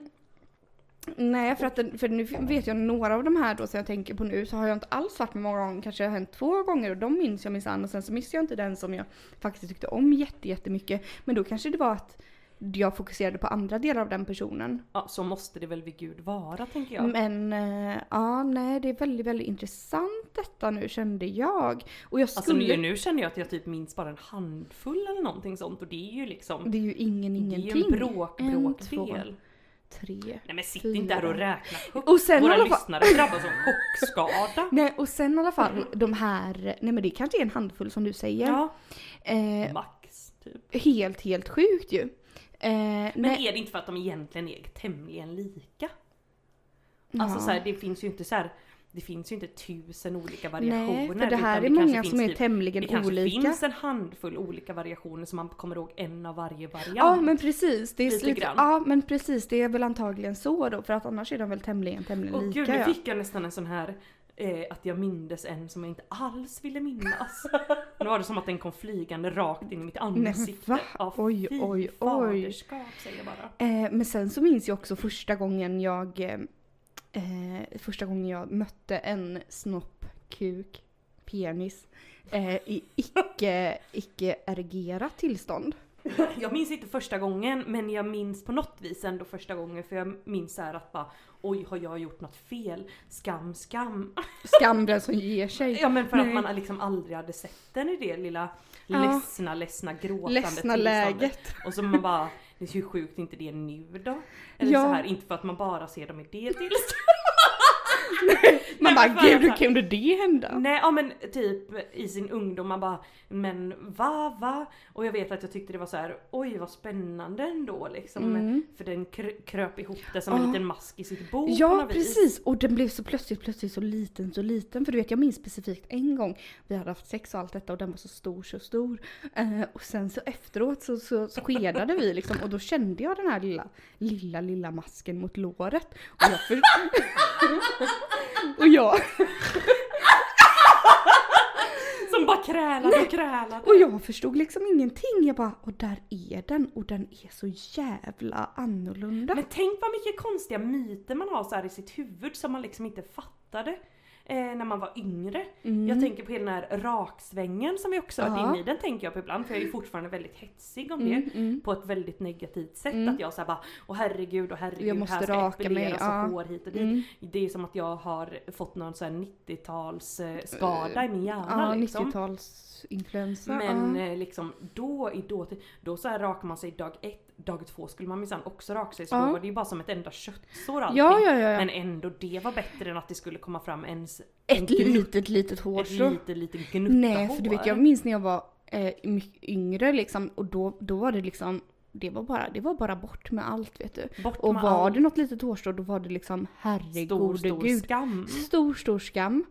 [SPEAKER 1] Nej, för, att, den- för nu vet jag några av de här då som jag tänker på nu så har jag inte alls varit med många gånger. Kanske har hänt två gånger och de minns jag minsann och sen så minns jag inte den som jag faktiskt tyckte om jätte, jättemycket. Men då kanske det var att jag fokuserade på andra delar av den personen.
[SPEAKER 2] Ja, så måste det väl vid gud vara tänker jag.
[SPEAKER 1] Men eh, ja, nej det är väldigt, väldigt intressant detta nu kände jag. Och jag
[SPEAKER 2] alltså
[SPEAKER 1] skulle...
[SPEAKER 2] nu, nu känner jag att jag typ minns bara en handfull eller någonting sånt och det är ju liksom
[SPEAKER 1] Det är ju ingen
[SPEAKER 2] Det är ju
[SPEAKER 1] ingenting.
[SPEAKER 2] en bråk,
[SPEAKER 1] En,
[SPEAKER 2] bråkdel.
[SPEAKER 1] tre.
[SPEAKER 2] Nej men sitt
[SPEAKER 1] fyra.
[SPEAKER 2] inte här och räkna högt.
[SPEAKER 1] Och sen i
[SPEAKER 2] Våra
[SPEAKER 1] alla fall-
[SPEAKER 2] lyssnare drabbas av chockskada.
[SPEAKER 1] Nej och sen i alla fall de här, nej men det kanske är en handfull som du säger.
[SPEAKER 2] Ja,
[SPEAKER 1] Eh,
[SPEAKER 2] max typ.
[SPEAKER 1] helt, helt sjukt ju. Eh,
[SPEAKER 2] Men
[SPEAKER 1] nej,
[SPEAKER 2] är det inte för att de egentligen är tämligen lika?
[SPEAKER 1] ja.
[SPEAKER 2] Alltså så här, det finns ju inte så här, det finns ju inte tusen olika variationer.
[SPEAKER 1] nej, för det här
[SPEAKER 2] utan
[SPEAKER 1] är
[SPEAKER 2] kanske
[SPEAKER 1] många
[SPEAKER 2] finns
[SPEAKER 1] som är
[SPEAKER 2] typ- Det
[SPEAKER 1] tämligen
[SPEAKER 2] kanske
[SPEAKER 1] olika.
[SPEAKER 2] finns en handfull olika variationer som man kommer ihåg en av varje variant.
[SPEAKER 1] Ja men precis, det är
[SPEAKER 2] Lite
[SPEAKER 1] lite,
[SPEAKER 2] grann.
[SPEAKER 1] ja, men precis det är väl antagligen så då för att annars är de väl tämligen, tämligen
[SPEAKER 2] Åh
[SPEAKER 1] lika.
[SPEAKER 2] gud, nu
[SPEAKER 1] ja.
[SPEAKER 2] fick jag nästan en sån här eh, att jag mindes en som jag inte alls ville minnas. nu var det som att den kom flygande rakt in i mitt ansikte.
[SPEAKER 1] va?
[SPEAKER 2] Ja,
[SPEAKER 1] Oj,
[SPEAKER 2] fy
[SPEAKER 1] oj, oj.
[SPEAKER 2] Faderskap säger jag bara.
[SPEAKER 1] Eh, men sen så minns jag också första gången jag eh, eh, första gången jag mötte en snopp, kuk, penis eh, i icke, icke erigerat tillstånd.
[SPEAKER 2] Jag minns inte första gången men jag minns på något vis ändå första gången för jag minns så här att bara oj har jag gjort något fel? Skam, skam.
[SPEAKER 1] Skam den som ger sig.
[SPEAKER 2] Ja men för
[SPEAKER 1] Nej.
[SPEAKER 2] att man liksom aldrig hade sett den i det lilla
[SPEAKER 1] Ja.
[SPEAKER 2] ledsna, ledsna gråtande
[SPEAKER 1] Ledsna
[SPEAKER 2] tillståndet.
[SPEAKER 1] läget.
[SPEAKER 2] Och så man bara, det är ju sjukt inte det nu då? Eller
[SPEAKER 1] Ja.
[SPEAKER 2] så här, inte för att man bara ser dem i det tillståndet.
[SPEAKER 1] Man
[SPEAKER 2] Nej,
[SPEAKER 1] bara
[SPEAKER 2] men fan,
[SPEAKER 1] gud hur
[SPEAKER 2] fan.
[SPEAKER 1] kunde det hända?
[SPEAKER 2] Nej ja men typ i sin ungdom man bara, men va va? Och jag vet att jag tyckte det var så här, oj vad spännande ändå liksom.
[SPEAKER 1] Mm.
[SPEAKER 2] För den kr- kröp ihop det som en
[SPEAKER 1] Ja.
[SPEAKER 2] liten mask i sitt bo på
[SPEAKER 1] Ja
[SPEAKER 2] något vis.
[SPEAKER 1] precis och den blev så plötsligt plötsligt så liten så liten för du vet jag minns specifikt en gång vi hade haft sex och allt detta och den var så stor så stor eh, och sen så efteråt så, så, så skedade vi liksom och då kände jag den här lilla lilla lilla masken mot låret och jag för... och jag
[SPEAKER 2] Som bara krälade och krälade.
[SPEAKER 1] och jag förstod liksom ingenting jag bara och där är den och den är så jävla annorlunda.
[SPEAKER 2] Men tänk vad mycket konstiga myter man har så här i sitt huvud som man liksom inte fattade eh, när man var yngre. Jag tänker på hela den här raksvängen som vi också har varit
[SPEAKER 1] Mm. Ja.
[SPEAKER 2] inne i. Den tänker jag på ibland för jag är ju fortfarande väldigt hetsig om
[SPEAKER 1] Mm,
[SPEAKER 2] det.
[SPEAKER 1] mm.
[SPEAKER 2] På ett väldigt negativt sätt.
[SPEAKER 1] Mm.
[SPEAKER 2] Att jag såhär bara Åh herregud och herregud
[SPEAKER 1] Jag måste
[SPEAKER 2] här ska
[SPEAKER 1] raka mig,
[SPEAKER 2] epileras och
[SPEAKER 1] ja.
[SPEAKER 2] hår hit och dit.
[SPEAKER 1] Mm.
[SPEAKER 2] Det är som att jag har fått någon sån här 90-tals eh, skada i min hjärna
[SPEAKER 1] Ja
[SPEAKER 2] liksom.
[SPEAKER 1] 90-talsinfluensa.
[SPEAKER 2] Men
[SPEAKER 1] ja.
[SPEAKER 2] eh, liksom då i dåtid, då så här rakar man sig dag ett, dag två skulle man minsann också raka sig så
[SPEAKER 1] Ja.
[SPEAKER 2] då var det ju bara som ett enda köttsår allting.
[SPEAKER 1] Ja, ja, ja. ja.
[SPEAKER 2] Men ändå det var bättre än att det skulle komma fram ens en
[SPEAKER 1] Ett
[SPEAKER 2] gnutt,
[SPEAKER 1] litet, litet
[SPEAKER 2] ett
[SPEAKER 1] hårstrå.
[SPEAKER 2] litet, litet gnutta
[SPEAKER 1] Nej, för du vet,
[SPEAKER 2] hår.
[SPEAKER 1] jag minns när jag var eh, mycket yngre liksom och då, då var det liksom det var, bara, det var bara bort med allt vet du.
[SPEAKER 2] Bort
[SPEAKER 1] Och
[SPEAKER 2] med
[SPEAKER 1] var
[SPEAKER 2] all
[SPEAKER 1] det något litet hårstrå då var det liksom
[SPEAKER 2] stor,
[SPEAKER 1] herregode
[SPEAKER 2] stor
[SPEAKER 1] gud.
[SPEAKER 2] skam.
[SPEAKER 1] Stor, stor skam.
[SPEAKER 2] Men,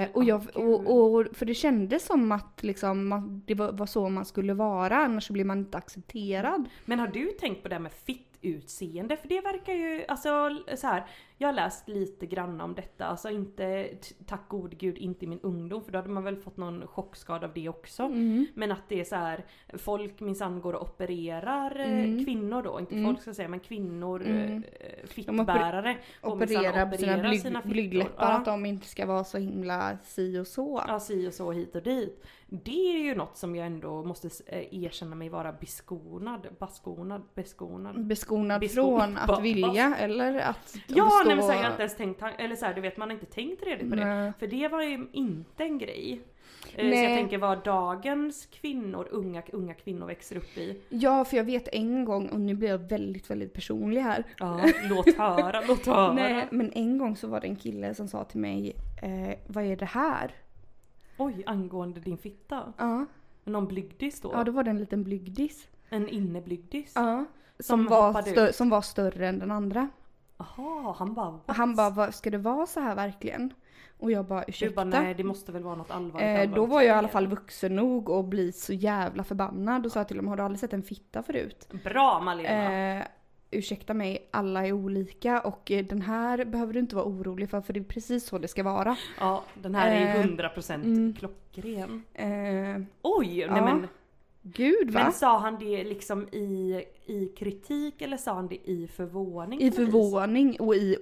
[SPEAKER 1] Eh, och jag,
[SPEAKER 2] åh, gud.
[SPEAKER 1] och, och, för det kändes som att liksom, man, det var, var så man skulle vara annars så blir man inte accepterad.
[SPEAKER 2] Men har du tänkt på det här med fittutseende? För det verkar ju, alltså så här, jag har läst lite grann om detta, alltså inte, t- tack gode gud, inte i min ungdom för då hade man väl fått någon chockskada av det också.
[SPEAKER 1] Mm.
[SPEAKER 2] Men att det är så här, folk minsann går och opererar eh,
[SPEAKER 1] Mm.
[SPEAKER 2] kvinnor då, inte folk ska jag säga men kvinnor,
[SPEAKER 1] Mm.
[SPEAKER 2] eh, fittbärare. går minsann och
[SPEAKER 1] Operera sina, blyg,
[SPEAKER 2] fittor.
[SPEAKER 1] blygdläppar,
[SPEAKER 2] Ja.
[SPEAKER 1] att de inte ska vara så himla si och så.
[SPEAKER 2] Ja, si och så hit och dit. Det är ju något som jag ändå måste eh, erkänna mig vara beskonad, baskonad, beskonad.
[SPEAKER 1] Mm. Beskonad
[SPEAKER 2] Besko-
[SPEAKER 1] från
[SPEAKER 2] ba-
[SPEAKER 1] att
[SPEAKER 2] ba-
[SPEAKER 1] vilja eller att de
[SPEAKER 2] Ja,
[SPEAKER 1] står-
[SPEAKER 2] nej men så här, jag har inte ens tänkt, tan- eller så här, du vet man har inte tänkt redigt på det.
[SPEAKER 1] Nej.
[SPEAKER 2] För det var ju inte en grej. Eh, Så
[SPEAKER 1] Nej.
[SPEAKER 2] jag tänker vad dagens kvinnor, unga, unga kvinnor växer upp i.
[SPEAKER 1] Ja, för jag vet en gång, och nu blir jag väldigt, väldigt personlig här.
[SPEAKER 2] Ja, låt höra, låt höra.
[SPEAKER 1] Nej, men en gång så var det en kille som sa till mig, eh, vad är det här?
[SPEAKER 2] Oj, angående din fitta.
[SPEAKER 1] Ja,
[SPEAKER 2] Någon blygdis då?
[SPEAKER 1] ja då var det en liten blygdis.
[SPEAKER 2] En inneblygdis?
[SPEAKER 1] Ja, som,
[SPEAKER 2] Som
[SPEAKER 1] var
[SPEAKER 2] hoppade
[SPEAKER 1] stö-
[SPEAKER 2] ut.
[SPEAKER 1] som var större än den andra.
[SPEAKER 2] Jaha, han bara
[SPEAKER 1] Och
[SPEAKER 2] what?
[SPEAKER 1] han bara, "Vad- ska det vara så här verkligen? Och jag bara,
[SPEAKER 2] Du
[SPEAKER 1] ursäkta?
[SPEAKER 2] bara nej det måste väl vara något allvarligt.
[SPEAKER 1] Eh, då
[SPEAKER 2] allvarligt
[SPEAKER 1] var jag i alla
[SPEAKER 2] fel."
[SPEAKER 1] fall vuxen nog och bli så jävla förbannad och sa till honom, har du aldrig sett en fitta förut?
[SPEAKER 2] Bra Malena!
[SPEAKER 1] Eh, ursäkta mig, alla är olika och eh, den här behöver du inte vara orolig för för det är precis så det ska vara.
[SPEAKER 2] ja, den här är
[SPEAKER 1] eh,
[SPEAKER 2] ju 100%
[SPEAKER 1] mm.
[SPEAKER 2] klockren.
[SPEAKER 1] Eh,
[SPEAKER 2] Oj!
[SPEAKER 1] Ja,
[SPEAKER 2] nej men
[SPEAKER 1] gud va?
[SPEAKER 2] Men sa han det liksom i, i kritik eller sa han det i
[SPEAKER 1] I
[SPEAKER 2] förvåning? på något vis?
[SPEAKER 1] förvåning och i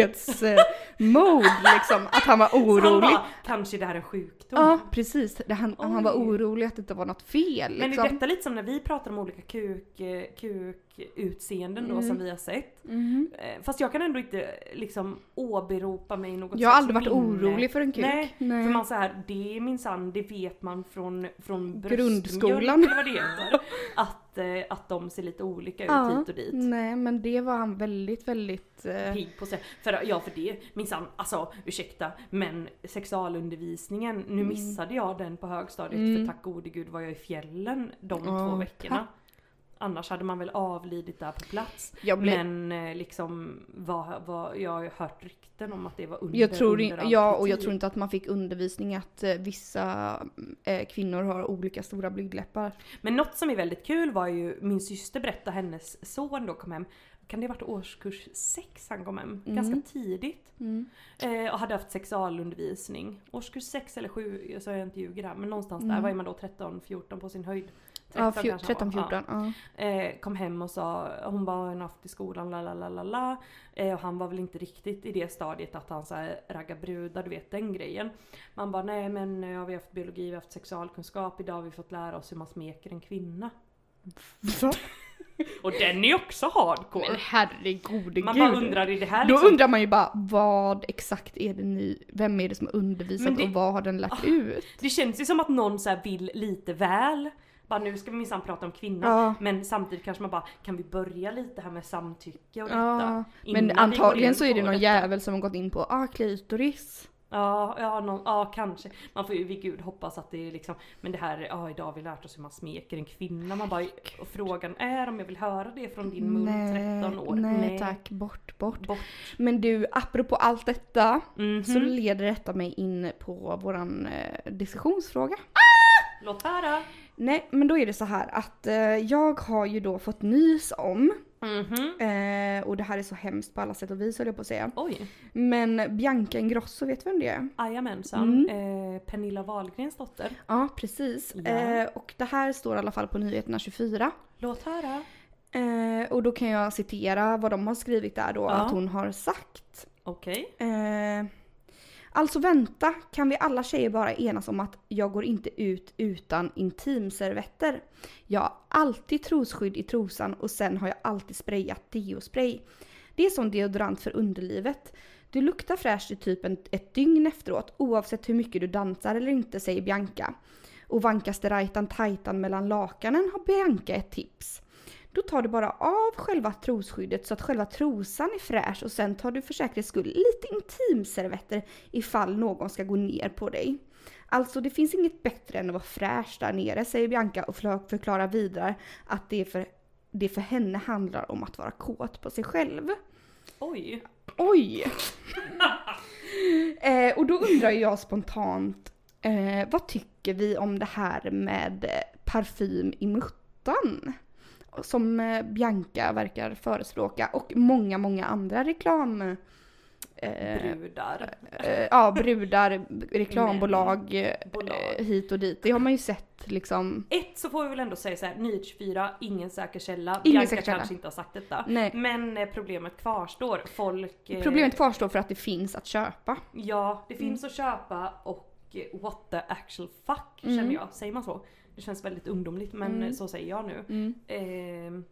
[SPEAKER 1] orolighetsmode liksom. Att han var
[SPEAKER 2] Han
[SPEAKER 1] orolig.
[SPEAKER 2] bara, kanske det här är en sjukdom.
[SPEAKER 1] Ja precis, Det- han, han var
[SPEAKER 2] Oj.
[SPEAKER 1] orolig att det inte var något fel
[SPEAKER 2] Men
[SPEAKER 1] liksom.
[SPEAKER 2] är detta lite som när vi pratar om olika kuk, eh, kukutseenden då
[SPEAKER 1] Mm.
[SPEAKER 2] som vi har sett?
[SPEAKER 1] Mhm.
[SPEAKER 2] Eh, Fast jag kan ändå inte eh, liksom åberopa mig i något
[SPEAKER 1] Jag har
[SPEAKER 2] slags
[SPEAKER 1] aldrig varit
[SPEAKER 2] minne.
[SPEAKER 1] orolig för en kuk.
[SPEAKER 2] Nej,
[SPEAKER 1] Nej.
[SPEAKER 2] för man så här, det är minsann, det vet man från, från
[SPEAKER 1] Grundskolan.
[SPEAKER 2] bröstmjölk, eller vad det heter. Att, eh, att de ser lite olika ut
[SPEAKER 1] Ja. Mm.
[SPEAKER 2] hit och dit.
[SPEAKER 1] Nej men det var han väldigt väldigt... Eh,
[SPEAKER 2] pigg på sig. För, ja för det, minsann, alltså ursäkta men sexualundervisningen, nu
[SPEAKER 1] Mm.
[SPEAKER 2] missade jag den på högstadiet för tack gode gud var jag i fjällen de
[SPEAKER 1] Ja,
[SPEAKER 2] två veckorna. Annars hade man väl avlidit där på plats.
[SPEAKER 1] Jag blev-
[SPEAKER 2] Men eh, liksom, vad, vad, jag har ju hört rykten om att det var under,
[SPEAKER 1] Jag tror,
[SPEAKER 2] under
[SPEAKER 1] in,
[SPEAKER 2] all
[SPEAKER 1] ja, och jag
[SPEAKER 2] kritik.
[SPEAKER 1] tror inte att man fick undervisning att eh, vissa eh, kvinnor har olika stora blygdläppar.
[SPEAKER 2] Men något som är väldigt kul var ju min syster berättade hennes son då kom hem. Kan det ha varit årskurs 6 han kom hem?
[SPEAKER 1] Mm.
[SPEAKER 2] Ganska tidigt. Eh, och hade haft sexualundervisning. Årskurs 6 eller 7, så jag inte ljuger här, men någonstans där var är man då 13-14 på sin höjd.
[SPEAKER 1] Mm. Ja,
[SPEAKER 2] 13 kanske han var.
[SPEAKER 1] 13-14. Ja.
[SPEAKER 2] Eh, kom hem och sa, hon bara "Jag har haft i skolan, la la la la la. Eh, och han var väl inte riktigt i det stadiet att han så här raggar brudar, du vet den grejen. Man bara, nej men eh, ja, vi har haft biologi, vi har haft sexualkunskap, idag har vi fått lära oss hur man smeker en kvinna. Och den är ju också hardcore.
[SPEAKER 1] Men herregud.
[SPEAKER 2] man bara undrar, är det här
[SPEAKER 1] Då
[SPEAKER 2] liksom...
[SPEAKER 1] undrar man ju bara vad exakt är det ni, vem är det som har undervisat
[SPEAKER 2] Men det- Ah.
[SPEAKER 1] och vad har den lärt ut?
[SPEAKER 2] Det känns ju som att någon så här vill lite väl. Bara nu ska vi minsann prata om kvinnor.
[SPEAKER 1] Ja.
[SPEAKER 2] Men samtidigt kanske man bara, kan vi börja lite här med samtycke och detta?
[SPEAKER 1] Ja,
[SPEAKER 2] Innan vi
[SPEAKER 1] men
[SPEAKER 2] går in
[SPEAKER 1] antagligen så är det
[SPEAKER 2] på
[SPEAKER 1] någon
[SPEAKER 2] detta.
[SPEAKER 1] jävel som har gått in på ah, klitoris.
[SPEAKER 2] Ja, ja, någon, ja kanske. Man får ju vid gud hoppas att det är liksom, men det här, ja idag har vi lärt oss hur man smeker en kvinna. Man bara, och frågan är om jag vill höra det från din mun 13 år.
[SPEAKER 1] nej, tack, bort, bort.
[SPEAKER 2] Bort.
[SPEAKER 1] Men du, apropå allt detta
[SPEAKER 2] Mhm.
[SPEAKER 1] så leder detta mig in på våran eh, diskussionsfråga.
[SPEAKER 2] Låt höra!
[SPEAKER 1] Nej, men då är det så här att eh, jag har ju då fått nys om,
[SPEAKER 2] Mhm.
[SPEAKER 1] eh, och det här är så hemskt på alla sätt och vis höll jag på att säga,
[SPEAKER 2] Oj,
[SPEAKER 1] men Bianca Ingrosso, vet du vem det är? Mm.
[SPEAKER 2] jajamensan. Eh, Pernilla Wahlgrens dotter.
[SPEAKER 1] Ja, precis.
[SPEAKER 2] Ja.
[SPEAKER 1] Eh, och det här står i alla fall på nyheterna 24.
[SPEAKER 2] Låt höra!
[SPEAKER 1] Eh, och då kan jag citera vad de har skrivit där då,
[SPEAKER 2] Ja.
[SPEAKER 1] att hon har sagt.
[SPEAKER 2] Okej.
[SPEAKER 1] Eh, alltså vänta, kan vi alla tjejer bara enas om att jag går inte ut utan intimservetter? Jag har alltid trosskydd i trosan och sen har jag alltid sprayat deospray. Det är som deodorant för underlivet. Du luktar fräscht i typ en, ett dygn efteråt oavsett hur mycket du dansar eller inte säger Bianca. Och vankaste rajtan tajtan mellan lakanen har Bianca ett tips. Då tar du bara av själva trosskyddet så att själva trosan är fräsch och sen tar du för säkerhets skull lite intimservetter ifall någon ska gå ner på dig. Alltså det finns inget bättre än att vara fräsch där nere säger Bianca och förkla- förklarar vidare att det för, det för henne handlar om att vara kåt på sig själv.
[SPEAKER 2] Oj!
[SPEAKER 1] Oj! eh, och då undrar jag spontant, eh, vad tycker vi om det här med eh, parfym i muttan? Som eh, Bianca verkar förespråka och många, många andra reklam... Eh,
[SPEAKER 2] Brudar.
[SPEAKER 1] eh, ja, brudar, reklambolag eh,
[SPEAKER 2] Bolag.
[SPEAKER 1] hit och dit. Det har man ju sett liksom.
[SPEAKER 2] Ett så får vi väl ändå säga så här, Nyhets24, ingen säker källa.
[SPEAKER 1] Ingen
[SPEAKER 2] Bianca
[SPEAKER 1] säker källa.
[SPEAKER 2] kanske inte har sagt detta.
[SPEAKER 1] Nej.
[SPEAKER 2] Men eh, problemet kvarstår. Folk... eh,
[SPEAKER 1] Problemet kvarstår för att det finns att köpa.
[SPEAKER 2] Ja, det finns att köpa och eh, what the actual fuck känner jag. Säger man så? Det känns väldigt ungdomligt men eh, så säger jag nu. Ehm,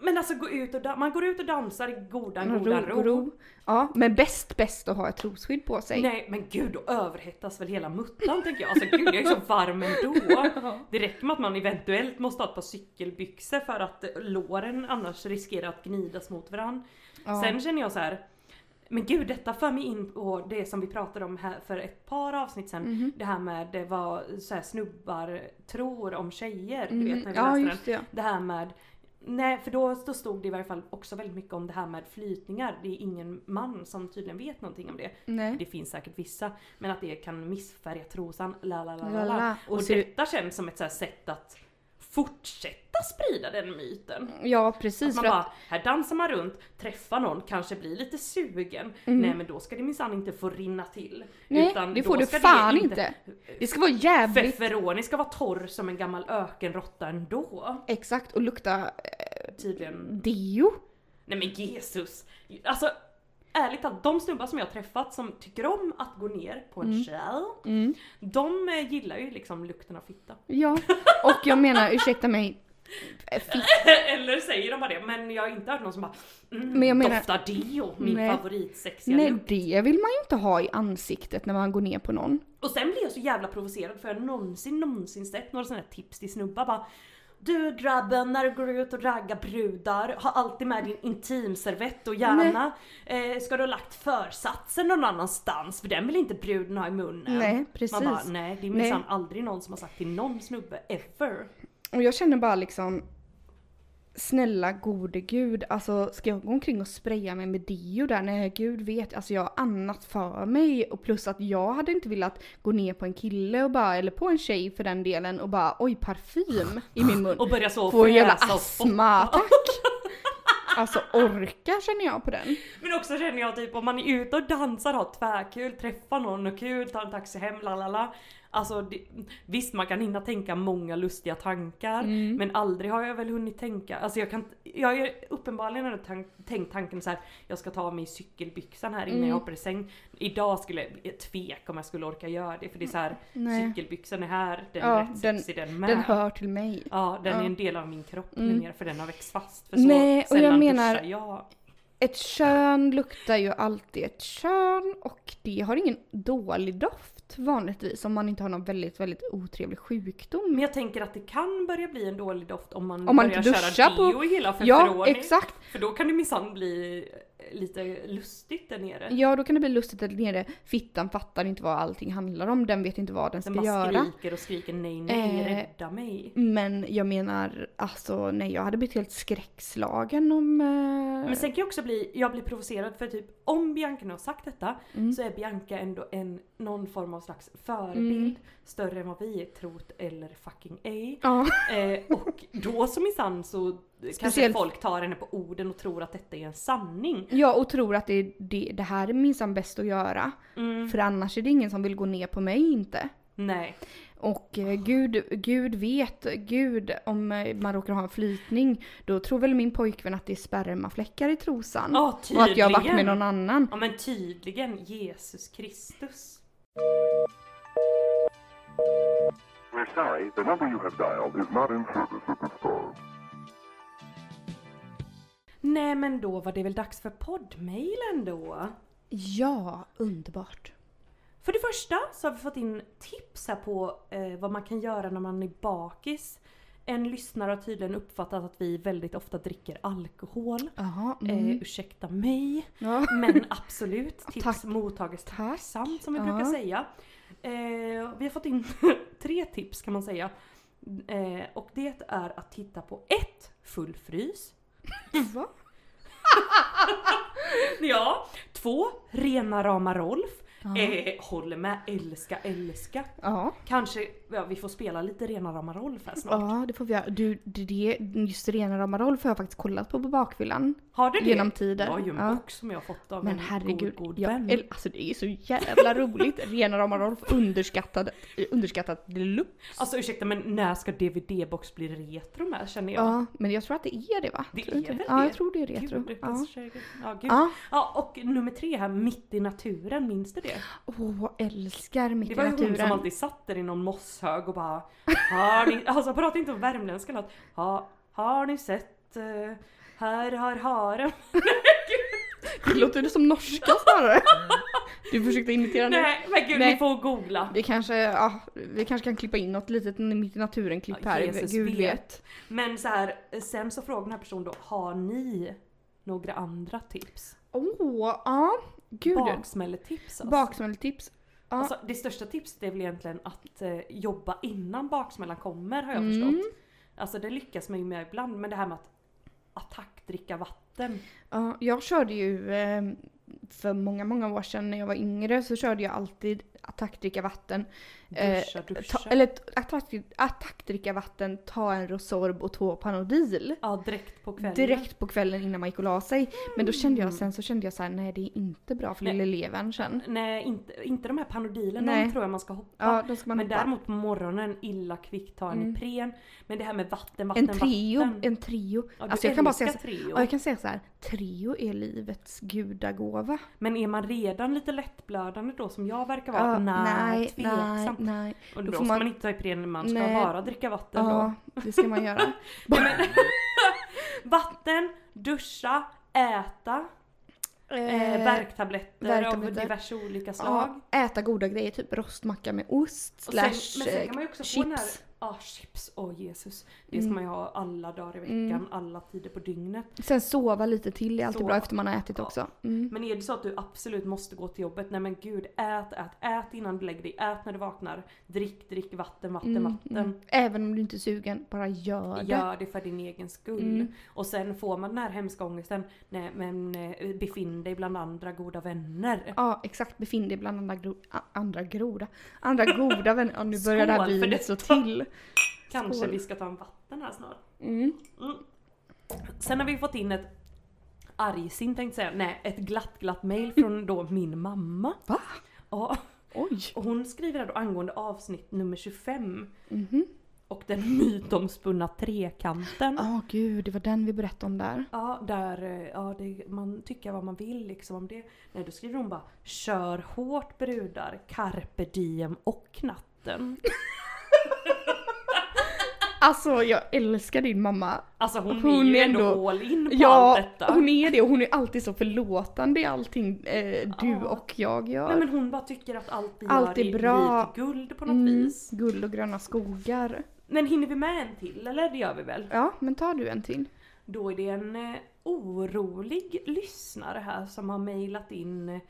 [SPEAKER 2] men alltså gå ut och da- man går ut och dansar i godan godan Mm, ro.
[SPEAKER 1] Ja, men bäst, bäst att ha ett trosskydd på sig.
[SPEAKER 2] Nej men gud då överhettas väl hela muttan tänker jag. Alltså gud jag är så varm ändå. Det räcker med att man eventuellt måste ha ett par cykelbyxor för att eh, låren annars riskerar att gnidas mot varandra.
[SPEAKER 1] Ja.
[SPEAKER 2] Sen känner jag så här. Men gud detta för mig in på det som vi pratade om här för ett par avsnitt sen.
[SPEAKER 1] Mhm.
[SPEAKER 2] Det här med eh, vad så här, snubbar tror om tjejer. Du vet när
[SPEAKER 1] Mhm. Mm,
[SPEAKER 2] vi
[SPEAKER 1] Ja,
[SPEAKER 2] läste
[SPEAKER 1] just
[SPEAKER 2] den.
[SPEAKER 1] det, ja.
[SPEAKER 2] Det här med Nej för då, då stod det i varje fall också väldigt mycket om det här med flytningar. Det är ingen man som tydligen vet någonting om det.
[SPEAKER 1] Nej.
[SPEAKER 2] Det finns säkert vissa. Men att det kan missfärga trosan. La, la, la, la, la.
[SPEAKER 1] Lala.
[SPEAKER 2] Och,
[SPEAKER 1] Och så-
[SPEAKER 2] detta känns som ett så här sätt att fortsätta sprida den myten.
[SPEAKER 1] Ja precis.
[SPEAKER 2] Man
[SPEAKER 1] för
[SPEAKER 2] bara,
[SPEAKER 1] att,
[SPEAKER 2] här dansar man runt, träffar någon, kanske blir lite sugen. Nej men då ska det minsann inte få rinna till.
[SPEAKER 1] Mm. nej, det
[SPEAKER 2] då
[SPEAKER 1] får du
[SPEAKER 2] ska
[SPEAKER 1] fan inte. Det ska vara jävligt
[SPEAKER 2] Feferoni ska vara torr som en gammal ökenrotta ändå.
[SPEAKER 1] exakt och lukta eh,
[SPEAKER 2] Tydligen.
[SPEAKER 1] deo.
[SPEAKER 2] Nej men Jesus! Alltså ärligt talat, de snubbar som jag har träffat som tycker om att gå ner på
[SPEAKER 1] Mm.
[SPEAKER 2] en tjej, de eh, gillar ju liksom lukten av fitta.
[SPEAKER 1] Ja, och jag menar ursäkta mig. eh, fitt-
[SPEAKER 2] Eller säger de bara det, men jag har inte hört någon som bara mm,
[SPEAKER 1] Men jag menar-
[SPEAKER 2] doftar deo, min
[SPEAKER 1] Nej.
[SPEAKER 2] favoritsexiga
[SPEAKER 1] Nej
[SPEAKER 2] lukt.
[SPEAKER 1] det vill man ju inte ha i ansiktet när man går ner på någon.
[SPEAKER 2] Och sen blir jag så jävla provocerad för jag har någonsin, någonsin sett några sådana här tips till snubbar bara du grabben, när du går ut och raggar brudar, ha alltid med din intimservett och gärna eh, ska du ha lagt försatsen någon annanstans för den vill inte bruden ha i munnen.
[SPEAKER 1] Nej, precis.
[SPEAKER 2] Man bara, nej det är
[SPEAKER 1] Nej.
[SPEAKER 2] minsann aldrig någon som har sagt till någon snubbe ever.
[SPEAKER 1] Och jag känner bara liksom Snälla gode gud, alltså ska jag gå omkring och spraya mig med deo där? Nej gud vet, alltså jag har annat för mig. Och plus att jag hade inte velat gå ner på en kille och bara, eller på en tjej för den delen och bara oj parfym i min mun.
[SPEAKER 2] Och börja så
[SPEAKER 1] Får jävla
[SPEAKER 2] fräsa och
[SPEAKER 1] astma attack. Alltså orka känner jag på den.
[SPEAKER 2] Men också känner jag typ om man är ute och dansar, har tvärkul, träffar någon och kul, tar en taxi hem, la la la. Alltså det, visst man kan hinna tänka många lustiga tankar
[SPEAKER 1] Mm.
[SPEAKER 2] men aldrig har jag väl hunnit tänka, alltså jag kan t- jag har ju uppenbarligen ändå tan- tänkt tanken så här. jag ska ta av mig cykelbyxan här innan jag
[SPEAKER 1] Mm.
[SPEAKER 2] hoppar i säng. Idag skulle jag tveka om jag skulle orka göra det för det är så här,
[SPEAKER 1] Mm. Nej.
[SPEAKER 2] cykelbyxan är här, den
[SPEAKER 1] Ja,
[SPEAKER 2] är rätt
[SPEAKER 1] den-
[SPEAKER 2] sexig den med.
[SPEAKER 1] Den hör till mig.
[SPEAKER 2] Ja, den är
[SPEAKER 1] Ja. Mm.
[SPEAKER 2] en del av min kropp numera för den har växt fast. För
[SPEAKER 1] Nej,
[SPEAKER 2] så
[SPEAKER 1] och jag
[SPEAKER 2] sällan
[SPEAKER 1] menar-
[SPEAKER 2] duschar jag.
[SPEAKER 1] Ett kön luktar ju alltid ett kön och det har ingen dålig doft vanligtvis om man inte har någon väldigt, väldigt otrevlig sjukdom.
[SPEAKER 2] Men jag tänker att det kan börja bli en dålig doft om man,
[SPEAKER 1] Om man
[SPEAKER 2] börjar
[SPEAKER 1] inte duschar
[SPEAKER 2] köra
[SPEAKER 1] på-
[SPEAKER 2] deo i hela
[SPEAKER 1] Ja,
[SPEAKER 2] förfråning.
[SPEAKER 1] exakt.
[SPEAKER 2] För då kan det minsann bli eh, lite lustigt där nere.
[SPEAKER 1] Ja, då kan det bli lustigt där nere. Fittan fattar inte vad allting handlar om. Den vet inte vad den ska
[SPEAKER 2] Den bara
[SPEAKER 1] göra.
[SPEAKER 2] skriker och skriker nej, nej,
[SPEAKER 1] Eh.
[SPEAKER 2] rädda mig.
[SPEAKER 1] Men jag menar, alltså nej, jag hade blivit helt skräckslagen om... Eh...
[SPEAKER 2] Men sen kan jag också bli, jag blir provocerad för typ om Bianca nu har sagt detta
[SPEAKER 1] Mm.
[SPEAKER 2] så är Bianca ändå en, någon form av slags förebild större än vad vi är, trot eller fucking ej.
[SPEAKER 1] Ja,
[SPEAKER 2] Eh, och då som minsann så kanske
[SPEAKER 1] Speciellt-
[SPEAKER 2] folk tar henne på orden och tror att detta är en sanning.
[SPEAKER 1] ja, och tror att det, det, det här är minsann bäst att göra.
[SPEAKER 2] Mm.
[SPEAKER 1] För annars är det ingen som vill gå ner på mig inte.
[SPEAKER 2] Nej.
[SPEAKER 1] Och eh, gud, gud vet, gud om eh, man råkar ha en flytning, då tror väl min pojkvän att det är spermafläckar i trosan.
[SPEAKER 2] Ja,
[SPEAKER 1] och att jag har varit med
[SPEAKER 2] tydligen.
[SPEAKER 1] någon annan.
[SPEAKER 2] Ja men tydligen Jesus Kristus.
[SPEAKER 4] We're sorry, the number you have dialed is not in service at this time.
[SPEAKER 2] Nej men då var det väl dags för poddmailen då.
[SPEAKER 1] Ja, underbart.
[SPEAKER 2] För det första så har vi fått in tips här på eh, vad man kan göra när man är bakis. En lyssnare har tydligen uppfattat att vi väldigt ofta dricker alkohol.
[SPEAKER 1] Jaha.
[SPEAKER 2] Eh,
[SPEAKER 1] Mm.
[SPEAKER 2] ursäkta mig.
[SPEAKER 1] Ja.
[SPEAKER 2] Men absolut, tips
[SPEAKER 1] Tack.
[SPEAKER 2] mottages tacksamt som vi
[SPEAKER 1] Ja.
[SPEAKER 2] brukar säga. Eh, vi har fått in tre tips kan man säga. Eh, och det är att titta på ett, full frys.
[SPEAKER 1] Va?
[SPEAKER 2] Ja. Två, rena rama Rolf.
[SPEAKER 1] Ja.
[SPEAKER 2] Eh, håller med, älska, älska.
[SPEAKER 1] Ja.
[SPEAKER 2] Kanske, ja, vi får spela lite rena rama Rolf här snart.
[SPEAKER 1] ja, det får vi göra. Du, det- det, just rena rama Rolf har jag faktiskt kollat på på bakfyllan.
[SPEAKER 2] Har du det?
[SPEAKER 1] Genom tiden.
[SPEAKER 2] Jag har ju en
[SPEAKER 1] Ja.
[SPEAKER 2] box som jag har fått av
[SPEAKER 1] Men
[SPEAKER 2] en
[SPEAKER 1] herregud,
[SPEAKER 2] god, god
[SPEAKER 1] ja,
[SPEAKER 2] vän.
[SPEAKER 1] eller, alltså det är så jävla roligt. Rena rama Rolf underskattad, underskattat deluxe.
[SPEAKER 2] Alltså ursäkta men när ska DVD-box bli retro med känner jag?
[SPEAKER 1] Ja, men jag tror att det är det va?
[SPEAKER 2] Det
[SPEAKER 1] Tror du inte
[SPEAKER 2] är väl
[SPEAKER 1] Ja,
[SPEAKER 2] det?
[SPEAKER 1] jag tror det är retro.
[SPEAKER 2] Gud,
[SPEAKER 1] ja.
[SPEAKER 2] ja. Ja, gud.
[SPEAKER 1] Ja.
[SPEAKER 2] ja och nummer tre här, Mitt i naturen, minns du det?
[SPEAKER 1] Åh, jag älskar mitt
[SPEAKER 2] Det
[SPEAKER 1] i
[SPEAKER 2] var ju hon som
[SPEAKER 1] naturen.
[SPEAKER 2] alltid satt där i någon mosshög och bara har ni, Alltså prata inte om värmländska låt. Ha, har ni sett eh, här har haren...
[SPEAKER 1] Det låter ju som norska snarare. Du försökte imitera nu.
[SPEAKER 2] Nej men gud
[SPEAKER 1] Nej.
[SPEAKER 2] ni får googla.
[SPEAKER 1] Vi kanske, ja, vi kanske kan klippa in något litet mitt i naturen-klipp
[SPEAKER 2] Ja,
[SPEAKER 1] här.
[SPEAKER 2] Jesus
[SPEAKER 1] Gud
[SPEAKER 2] vet.
[SPEAKER 1] vet.
[SPEAKER 2] Men så här, sen så frågar den här personen då, har ni några andra tips?
[SPEAKER 1] Åh, ja. Gud.
[SPEAKER 2] Baksmälletips alltså.
[SPEAKER 1] Baksmälletips. Ja.
[SPEAKER 2] Alltså, det största tipset är väl egentligen att eh, jobba innan baksmällan kommer har jag
[SPEAKER 1] Mm.
[SPEAKER 2] förstått. Alltså det lyckas man ju med ibland men det här med att attackdricka vatten.
[SPEAKER 1] Ja, jag körde ju eh, för många, många år sedan när jag var yngre så körde jag alltid attackdricka vatten. Eh,
[SPEAKER 2] Duscha, duscha.
[SPEAKER 1] ta, eller t- attack, attackdricka vatten, ta en Resorb och två Panodil.
[SPEAKER 2] ja, direkt på kvällen. Mm.
[SPEAKER 1] Direkt på kvällen innan man gick och la sig. Men då kände jag sen så kände jag så här: nej det är inte bra för
[SPEAKER 2] Nej.
[SPEAKER 1] lilla levern sen.
[SPEAKER 2] Nej, inte, inte de här Panodilerna
[SPEAKER 1] Nej.
[SPEAKER 2] tror jag man ska hoppa.
[SPEAKER 1] Ja, då ska man
[SPEAKER 2] men
[SPEAKER 1] hoppa.
[SPEAKER 2] däremot på morgonen, illa kvickt, ta en
[SPEAKER 1] Mm.
[SPEAKER 2] Ipren. Men det här med vatten, vatten,
[SPEAKER 1] en trio,
[SPEAKER 2] vatten.
[SPEAKER 1] en trio.
[SPEAKER 2] Ja, du
[SPEAKER 1] alltså jag kan bara
[SPEAKER 2] älskar
[SPEAKER 1] säga så,
[SPEAKER 2] trio.
[SPEAKER 1] ja, jag kan säga så här, trio är livets gudagåva.
[SPEAKER 2] Men är man redan lite lättblödande då som jag verkar vara?
[SPEAKER 1] Ja,
[SPEAKER 2] nej,
[SPEAKER 1] nej, nej,
[SPEAKER 2] tveksamt.
[SPEAKER 1] nej.
[SPEAKER 2] Och
[SPEAKER 1] Då
[SPEAKER 2] då
[SPEAKER 1] får
[SPEAKER 2] ska
[SPEAKER 1] man-
[SPEAKER 2] man inte ta Ipren, man ska
[SPEAKER 1] Nej.
[SPEAKER 2] bara dricka vatten då.
[SPEAKER 1] Ja, det ska man göra.
[SPEAKER 2] Vatten, duscha, äta, eh, värktabletter,
[SPEAKER 1] värktabletter.
[SPEAKER 2] av diverse olika slag.
[SPEAKER 1] Ja, äta goda grejer, typ rostmacka med ost
[SPEAKER 2] Och sen, men
[SPEAKER 1] slash eh,
[SPEAKER 2] sen kan man ju också
[SPEAKER 1] chips. Mm.
[SPEAKER 2] få den här, ja chips, åh Jesus. Det ska man ju ha alla dagar i veckan, alla tider på dygnet.
[SPEAKER 1] Sen sova lite till är alltid
[SPEAKER 2] Sova.
[SPEAKER 1] bra efter man har ätit
[SPEAKER 2] Ja.
[SPEAKER 1] också. Mm.
[SPEAKER 2] Men är det så att du absolut måste gå till jobbet, nej men gud ät, ät, ät innan du lägger dig, ät när du vaknar, drick, drick, vatten, vatten, vatten.
[SPEAKER 1] Även om du inte är sugen, bara gör Mm, det. Mm.
[SPEAKER 2] Gör det för din egen skull. Och sen får man den här hemska ångesten, nej men eh, befinn dig bland andra goda vänner.
[SPEAKER 1] Ja, exakt. Befinn dig bland andra, gro- a- andra groda. Andra goda vänner. Ja, nu börjar det här
[SPEAKER 2] Skål för
[SPEAKER 1] vinet
[SPEAKER 2] detta.
[SPEAKER 1] så till.
[SPEAKER 2] Kanske
[SPEAKER 1] Skål.
[SPEAKER 2] vi ska ta en vatten här snart.
[SPEAKER 1] Mm.
[SPEAKER 2] Sen har vi fått in ett argsint tänkte jag säga, nej ett glatt glatt mail från då min mamma.
[SPEAKER 1] Va?
[SPEAKER 2] Ja,
[SPEAKER 1] Oj.
[SPEAKER 2] och hon skriver här då angående avsnitt nummer 25.
[SPEAKER 1] Mhm.
[SPEAKER 2] Och den mytomspunna trekanten.
[SPEAKER 1] Ja, gud. Det var den vi berättade om där.
[SPEAKER 2] Ja, där eh, ja, det, man tycker vad man vill liksom om det. Nej, då skriver hon bara “Kör hårt brudar, carpe diem och natten”.
[SPEAKER 1] Alltså, jag älskar din mamma.
[SPEAKER 2] Alltså hon,
[SPEAKER 1] Hon
[SPEAKER 2] är ju
[SPEAKER 1] är
[SPEAKER 2] ändå,
[SPEAKER 1] ändå-
[SPEAKER 2] all in på
[SPEAKER 1] Ja,
[SPEAKER 2] allt detta.
[SPEAKER 1] hon är det. Och hon är alltid så förlåtande i allting eh, du
[SPEAKER 2] Ja.
[SPEAKER 1] och jag gör.
[SPEAKER 2] Nej men hon bara tycker att allt vi
[SPEAKER 1] Allt
[SPEAKER 2] gör
[SPEAKER 1] är bra.
[SPEAKER 2] likt guld på något
[SPEAKER 1] Mm,
[SPEAKER 2] vis.
[SPEAKER 1] Guld och gröna skogar.
[SPEAKER 2] Men hinner vi med en till eller? Det gör vi väl?
[SPEAKER 1] Ja, men tar du en till?
[SPEAKER 2] Då är det en eh, orolig lyssnare här som har mejlat in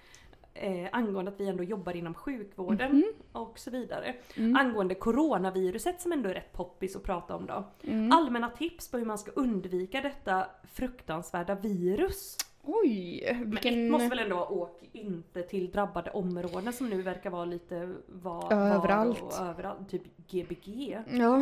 [SPEAKER 2] eh, angående att vi ändå jobbar inom sjukvården
[SPEAKER 1] Mhm.
[SPEAKER 2] och så vidare.
[SPEAKER 1] Mm.
[SPEAKER 2] Angående coronaviruset som ändå är rätt poppis att prata om då.
[SPEAKER 1] Mm.
[SPEAKER 2] Allmänna tips på hur man ska undvika detta fruktansvärda virus.
[SPEAKER 1] Oj,
[SPEAKER 2] Men
[SPEAKER 1] vilken...
[SPEAKER 2] ett måste väl ändå vara åk inte till drabbade områden som nu verkar vara lite var, var och
[SPEAKER 1] Överallt.
[SPEAKER 2] överallt. Typ GBG.
[SPEAKER 1] Ja.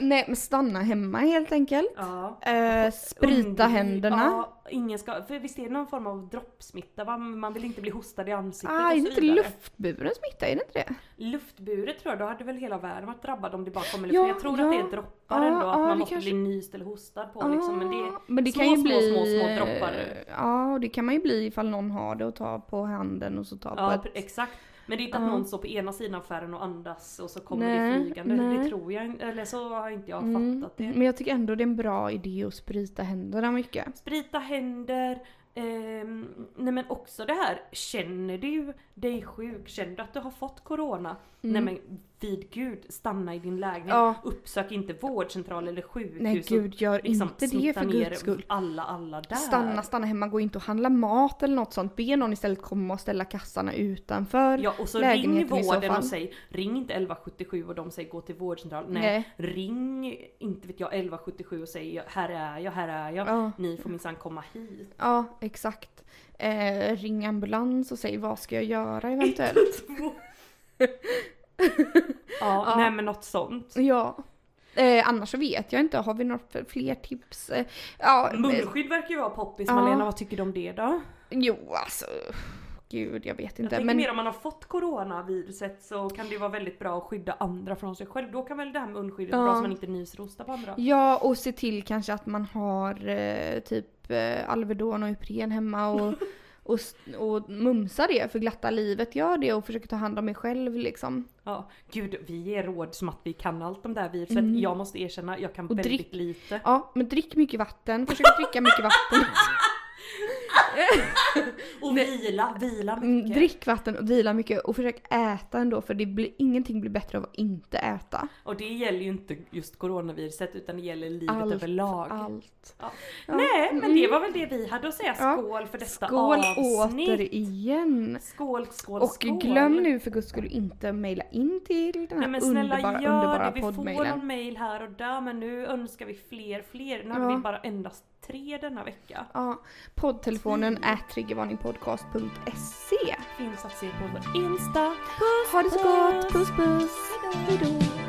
[SPEAKER 1] Nej, men stanna hemma helt enkelt.
[SPEAKER 2] Ja.
[SPEAKER 1] Eh, sprita
[SPEAKER 2] Undvik-
[SPEAKER 1] händerna.
[SPEAKER 2] Ja, ingen ska, för visst är det någon form av droppsmitta? Va? Man vill inte bli hostad i ansiktet
[SPEAKER 1] Ah, är
[SPEAKER 2] och
[SPEAKER 1] det
[SPEAKER 2] så
[SPEAKER 1] inte
[SPEAKER 2] vidare.
[SPEAKER 1] luftburen smitta? Är det inte det?
[SPEAKER 2] Luftburet tror jag, då hade väl hela världen varit drabbad om det bara kom luft.
[SPEAKER 1] Ja,
[SPEAKER 2] Men jag tror att det är
[SPEAKER 1] ja.
[SPEAKER 2] droppar
[SPEAKER 1] Ja,
[SPEAKER 2] ändå, att
[SPEAKER 1] ja,
[SPEAKER 2] man
[SPEAKER 1] det
[SPEAKER 2] måste
[SPEAKER 1] kanske-
[SPEAKER 2] bli nyst eller hostad på liksom. Men det är
[SPEAKER 1] Ah, men
[SPEAKER 2] små, små, små, små droppar.
[SPEAKER 1] eh, Ja, och det kan man ju bli ifall någon har det och ta på handen och så ta
[SPEAKER 2] Ja,
[SPEAKER 1] på
[SPEAKER 2] pr-
[SPEAKER 1] ett...
[SPEAKER 2] exakt. Men det är inte att
[SPEAKER 1] Ja.
[SPEAKER 2] någon står på ena sidan av färden och andas och så kommer det
[SPEAKER 1] Nej,
[SPEAKER 2] flygande. Det
[SPEAKER 1] nej.
[SPEAKER 2] tror jag inte, eller så har inte jag
[SPEAKER 1] Mm.
[SPEAKER 2] fattat det.
[SPEAKER 1] Men jag tycker ändå det är en bra idé att sprita händerna mycket.
[SPEAKER 2] Sprita händer. ehm, nej men också det här, känner du dig sjuk? Känner du att du har fått corona? Nej men vid Gud, stanna i din lägenhet.
[SPEAKER 1] Mm. Ja.
[SPEAKER 2] Uppsök inte vårdcentral eller sjukhus.
[SPEAKER 1] Nej
[SPEAKER 2] och
[SPEAKER 1] gud gör
[SPEAKER 2] liksom
[SPEAKER 1] inte det
[SPEAKER 2] smutta
[SPEAKER 1] för
[SPEAKER 2] ner
[SPEAKER 1] guds skull.
[SPEAKER 2] alla, alla där.
[SPEAKER 1] Stanna, stanna hemma, gå inte och handla mat eller något sånt. Be någon istället komma och ställa kassarna utanför
[SPEAKER 2] Ja och så ring
[SPEAKER 1] lägenheten i så
[SPEAKER 2] vården
[SPEAKER 1] fall.
[SPEAKER 2] och säg ring inte 1177 och de säger gå till vårdcentral. Nej,
[SPEAKER 1] Nej.
[SPEAKER 2] ring inte vet jag 1177 och säg här är jag, här är jag.
[SPEAKER 1] Ja.
[SPEAKER 2] Ni får minsann komma hit.
[SPEAKER 1] Ja, exakt. Eh, ring ambulans och säg vad ska jag göra eventuellt.
[SPEAKER 2] Ja,
[SPEAKER 1] Ja.
[SPEAKER 2] nej men något sånt.
[SPEAKER 1] ja. Eh, annars så vet jag inte, har vi några f- fler tips? Eh, ja, eh,
[SPEAKER 2] Munskydd verkar ju vara poppis.
[SPEAKER 1] Ja.
[SPEAKER 2] Malena vad tycker du om det då?
[SPEAKER 1] jo alltså. Gud, jag vet
[SPEAKER 2] Jag
[SPEAKER 1] inte.
[SPEAKER 2] tänker
[SPEAKER 1] men
[SPEAKER 2] mer om man har fått coronaviruset så kan det ju vara väldigt bra att skydda andra från sig själv. Då kan väl det här med munskyddet vara
[SPEAKER 1] Ja.
[SPEAKER 2] bra så man inte nyshostar på andra.
[SPEAKER 1] Ja, och se till kanske att man har eh, typ eh, Alvedon och Ipren hemma och, och, s- och mumsa det för glatta livet. Gör det och försöker ta hand om mig själv liksom.
[SPEAKER 2] Ja. Gud, vi ger råd som att vi kan allt om det här viruset. Jag måste erkänna, jag kan
[SPEAKER 1] Mm. Och
[SPEAKER 2] väldigt
[SPEAKER 1] drick.
[SPEAKER 2] lite.
[SPEAKER 1] Ja, men drick mycket vatten. Försök dricka mycket vatten.
[SPEAKER 2] Och vila, vila
[SPEAKER 1] Mm,
[SPEAKER 2] mycket.
[SPEAKER 1] Drick vatten och vila mycket och försök äta ändå för det blir, ingenting blir bättre av att inte äta.
[SPEAKER 2] Och det gäller ju inte just coronaviruset utan det gäller livet
[SPEAKER 1] Allt,
[SPEAKER 2] överlag.
[SPEAKER 1] Allt.
[SPEAKER 2] Ja.
[SPEAKER 1] Ja. Mm.
[SPEAKER 2] Nej, men det var väl det vi hade att säga.
[SPEAKER 1] Ja.
[SPEAKER 2] Skål för detta
[SPEAKER 1] Skål
[SPEAKER 2] avsnitt.
[SPEAKER 1] återigen!
[SPEAKER 2] Skål, skål,
[SPEAKER 1] Och
[SPEAKER 2] skål.
[SPEAKER 1] glöm nu för guds skull inte mejla in till den här
[SPEAKER 2] Nej men snälla
[SPEAKER 1] underbara,
[SPEAKER 2] gör
[SPEAKER 1] underbara
[SPEAKER 2] det. Vi får
[SPEAKER 1] poddmejlen.
[SPEAKER 2] någon mail här och där men nu önskar vi fler, fler. Nu
[SPEAKER 1] Ja.
[SPEAKER 2] hade vi bara endast tre denna vecka.
[SPEAKER 1] Ja, poddtelefonen är triggervarningpodcast.se.
[SPEAKER 2] Finns att se på vår Insta.
[SPEAKER 1] Ha det så gott! Puss puss! Hejdå!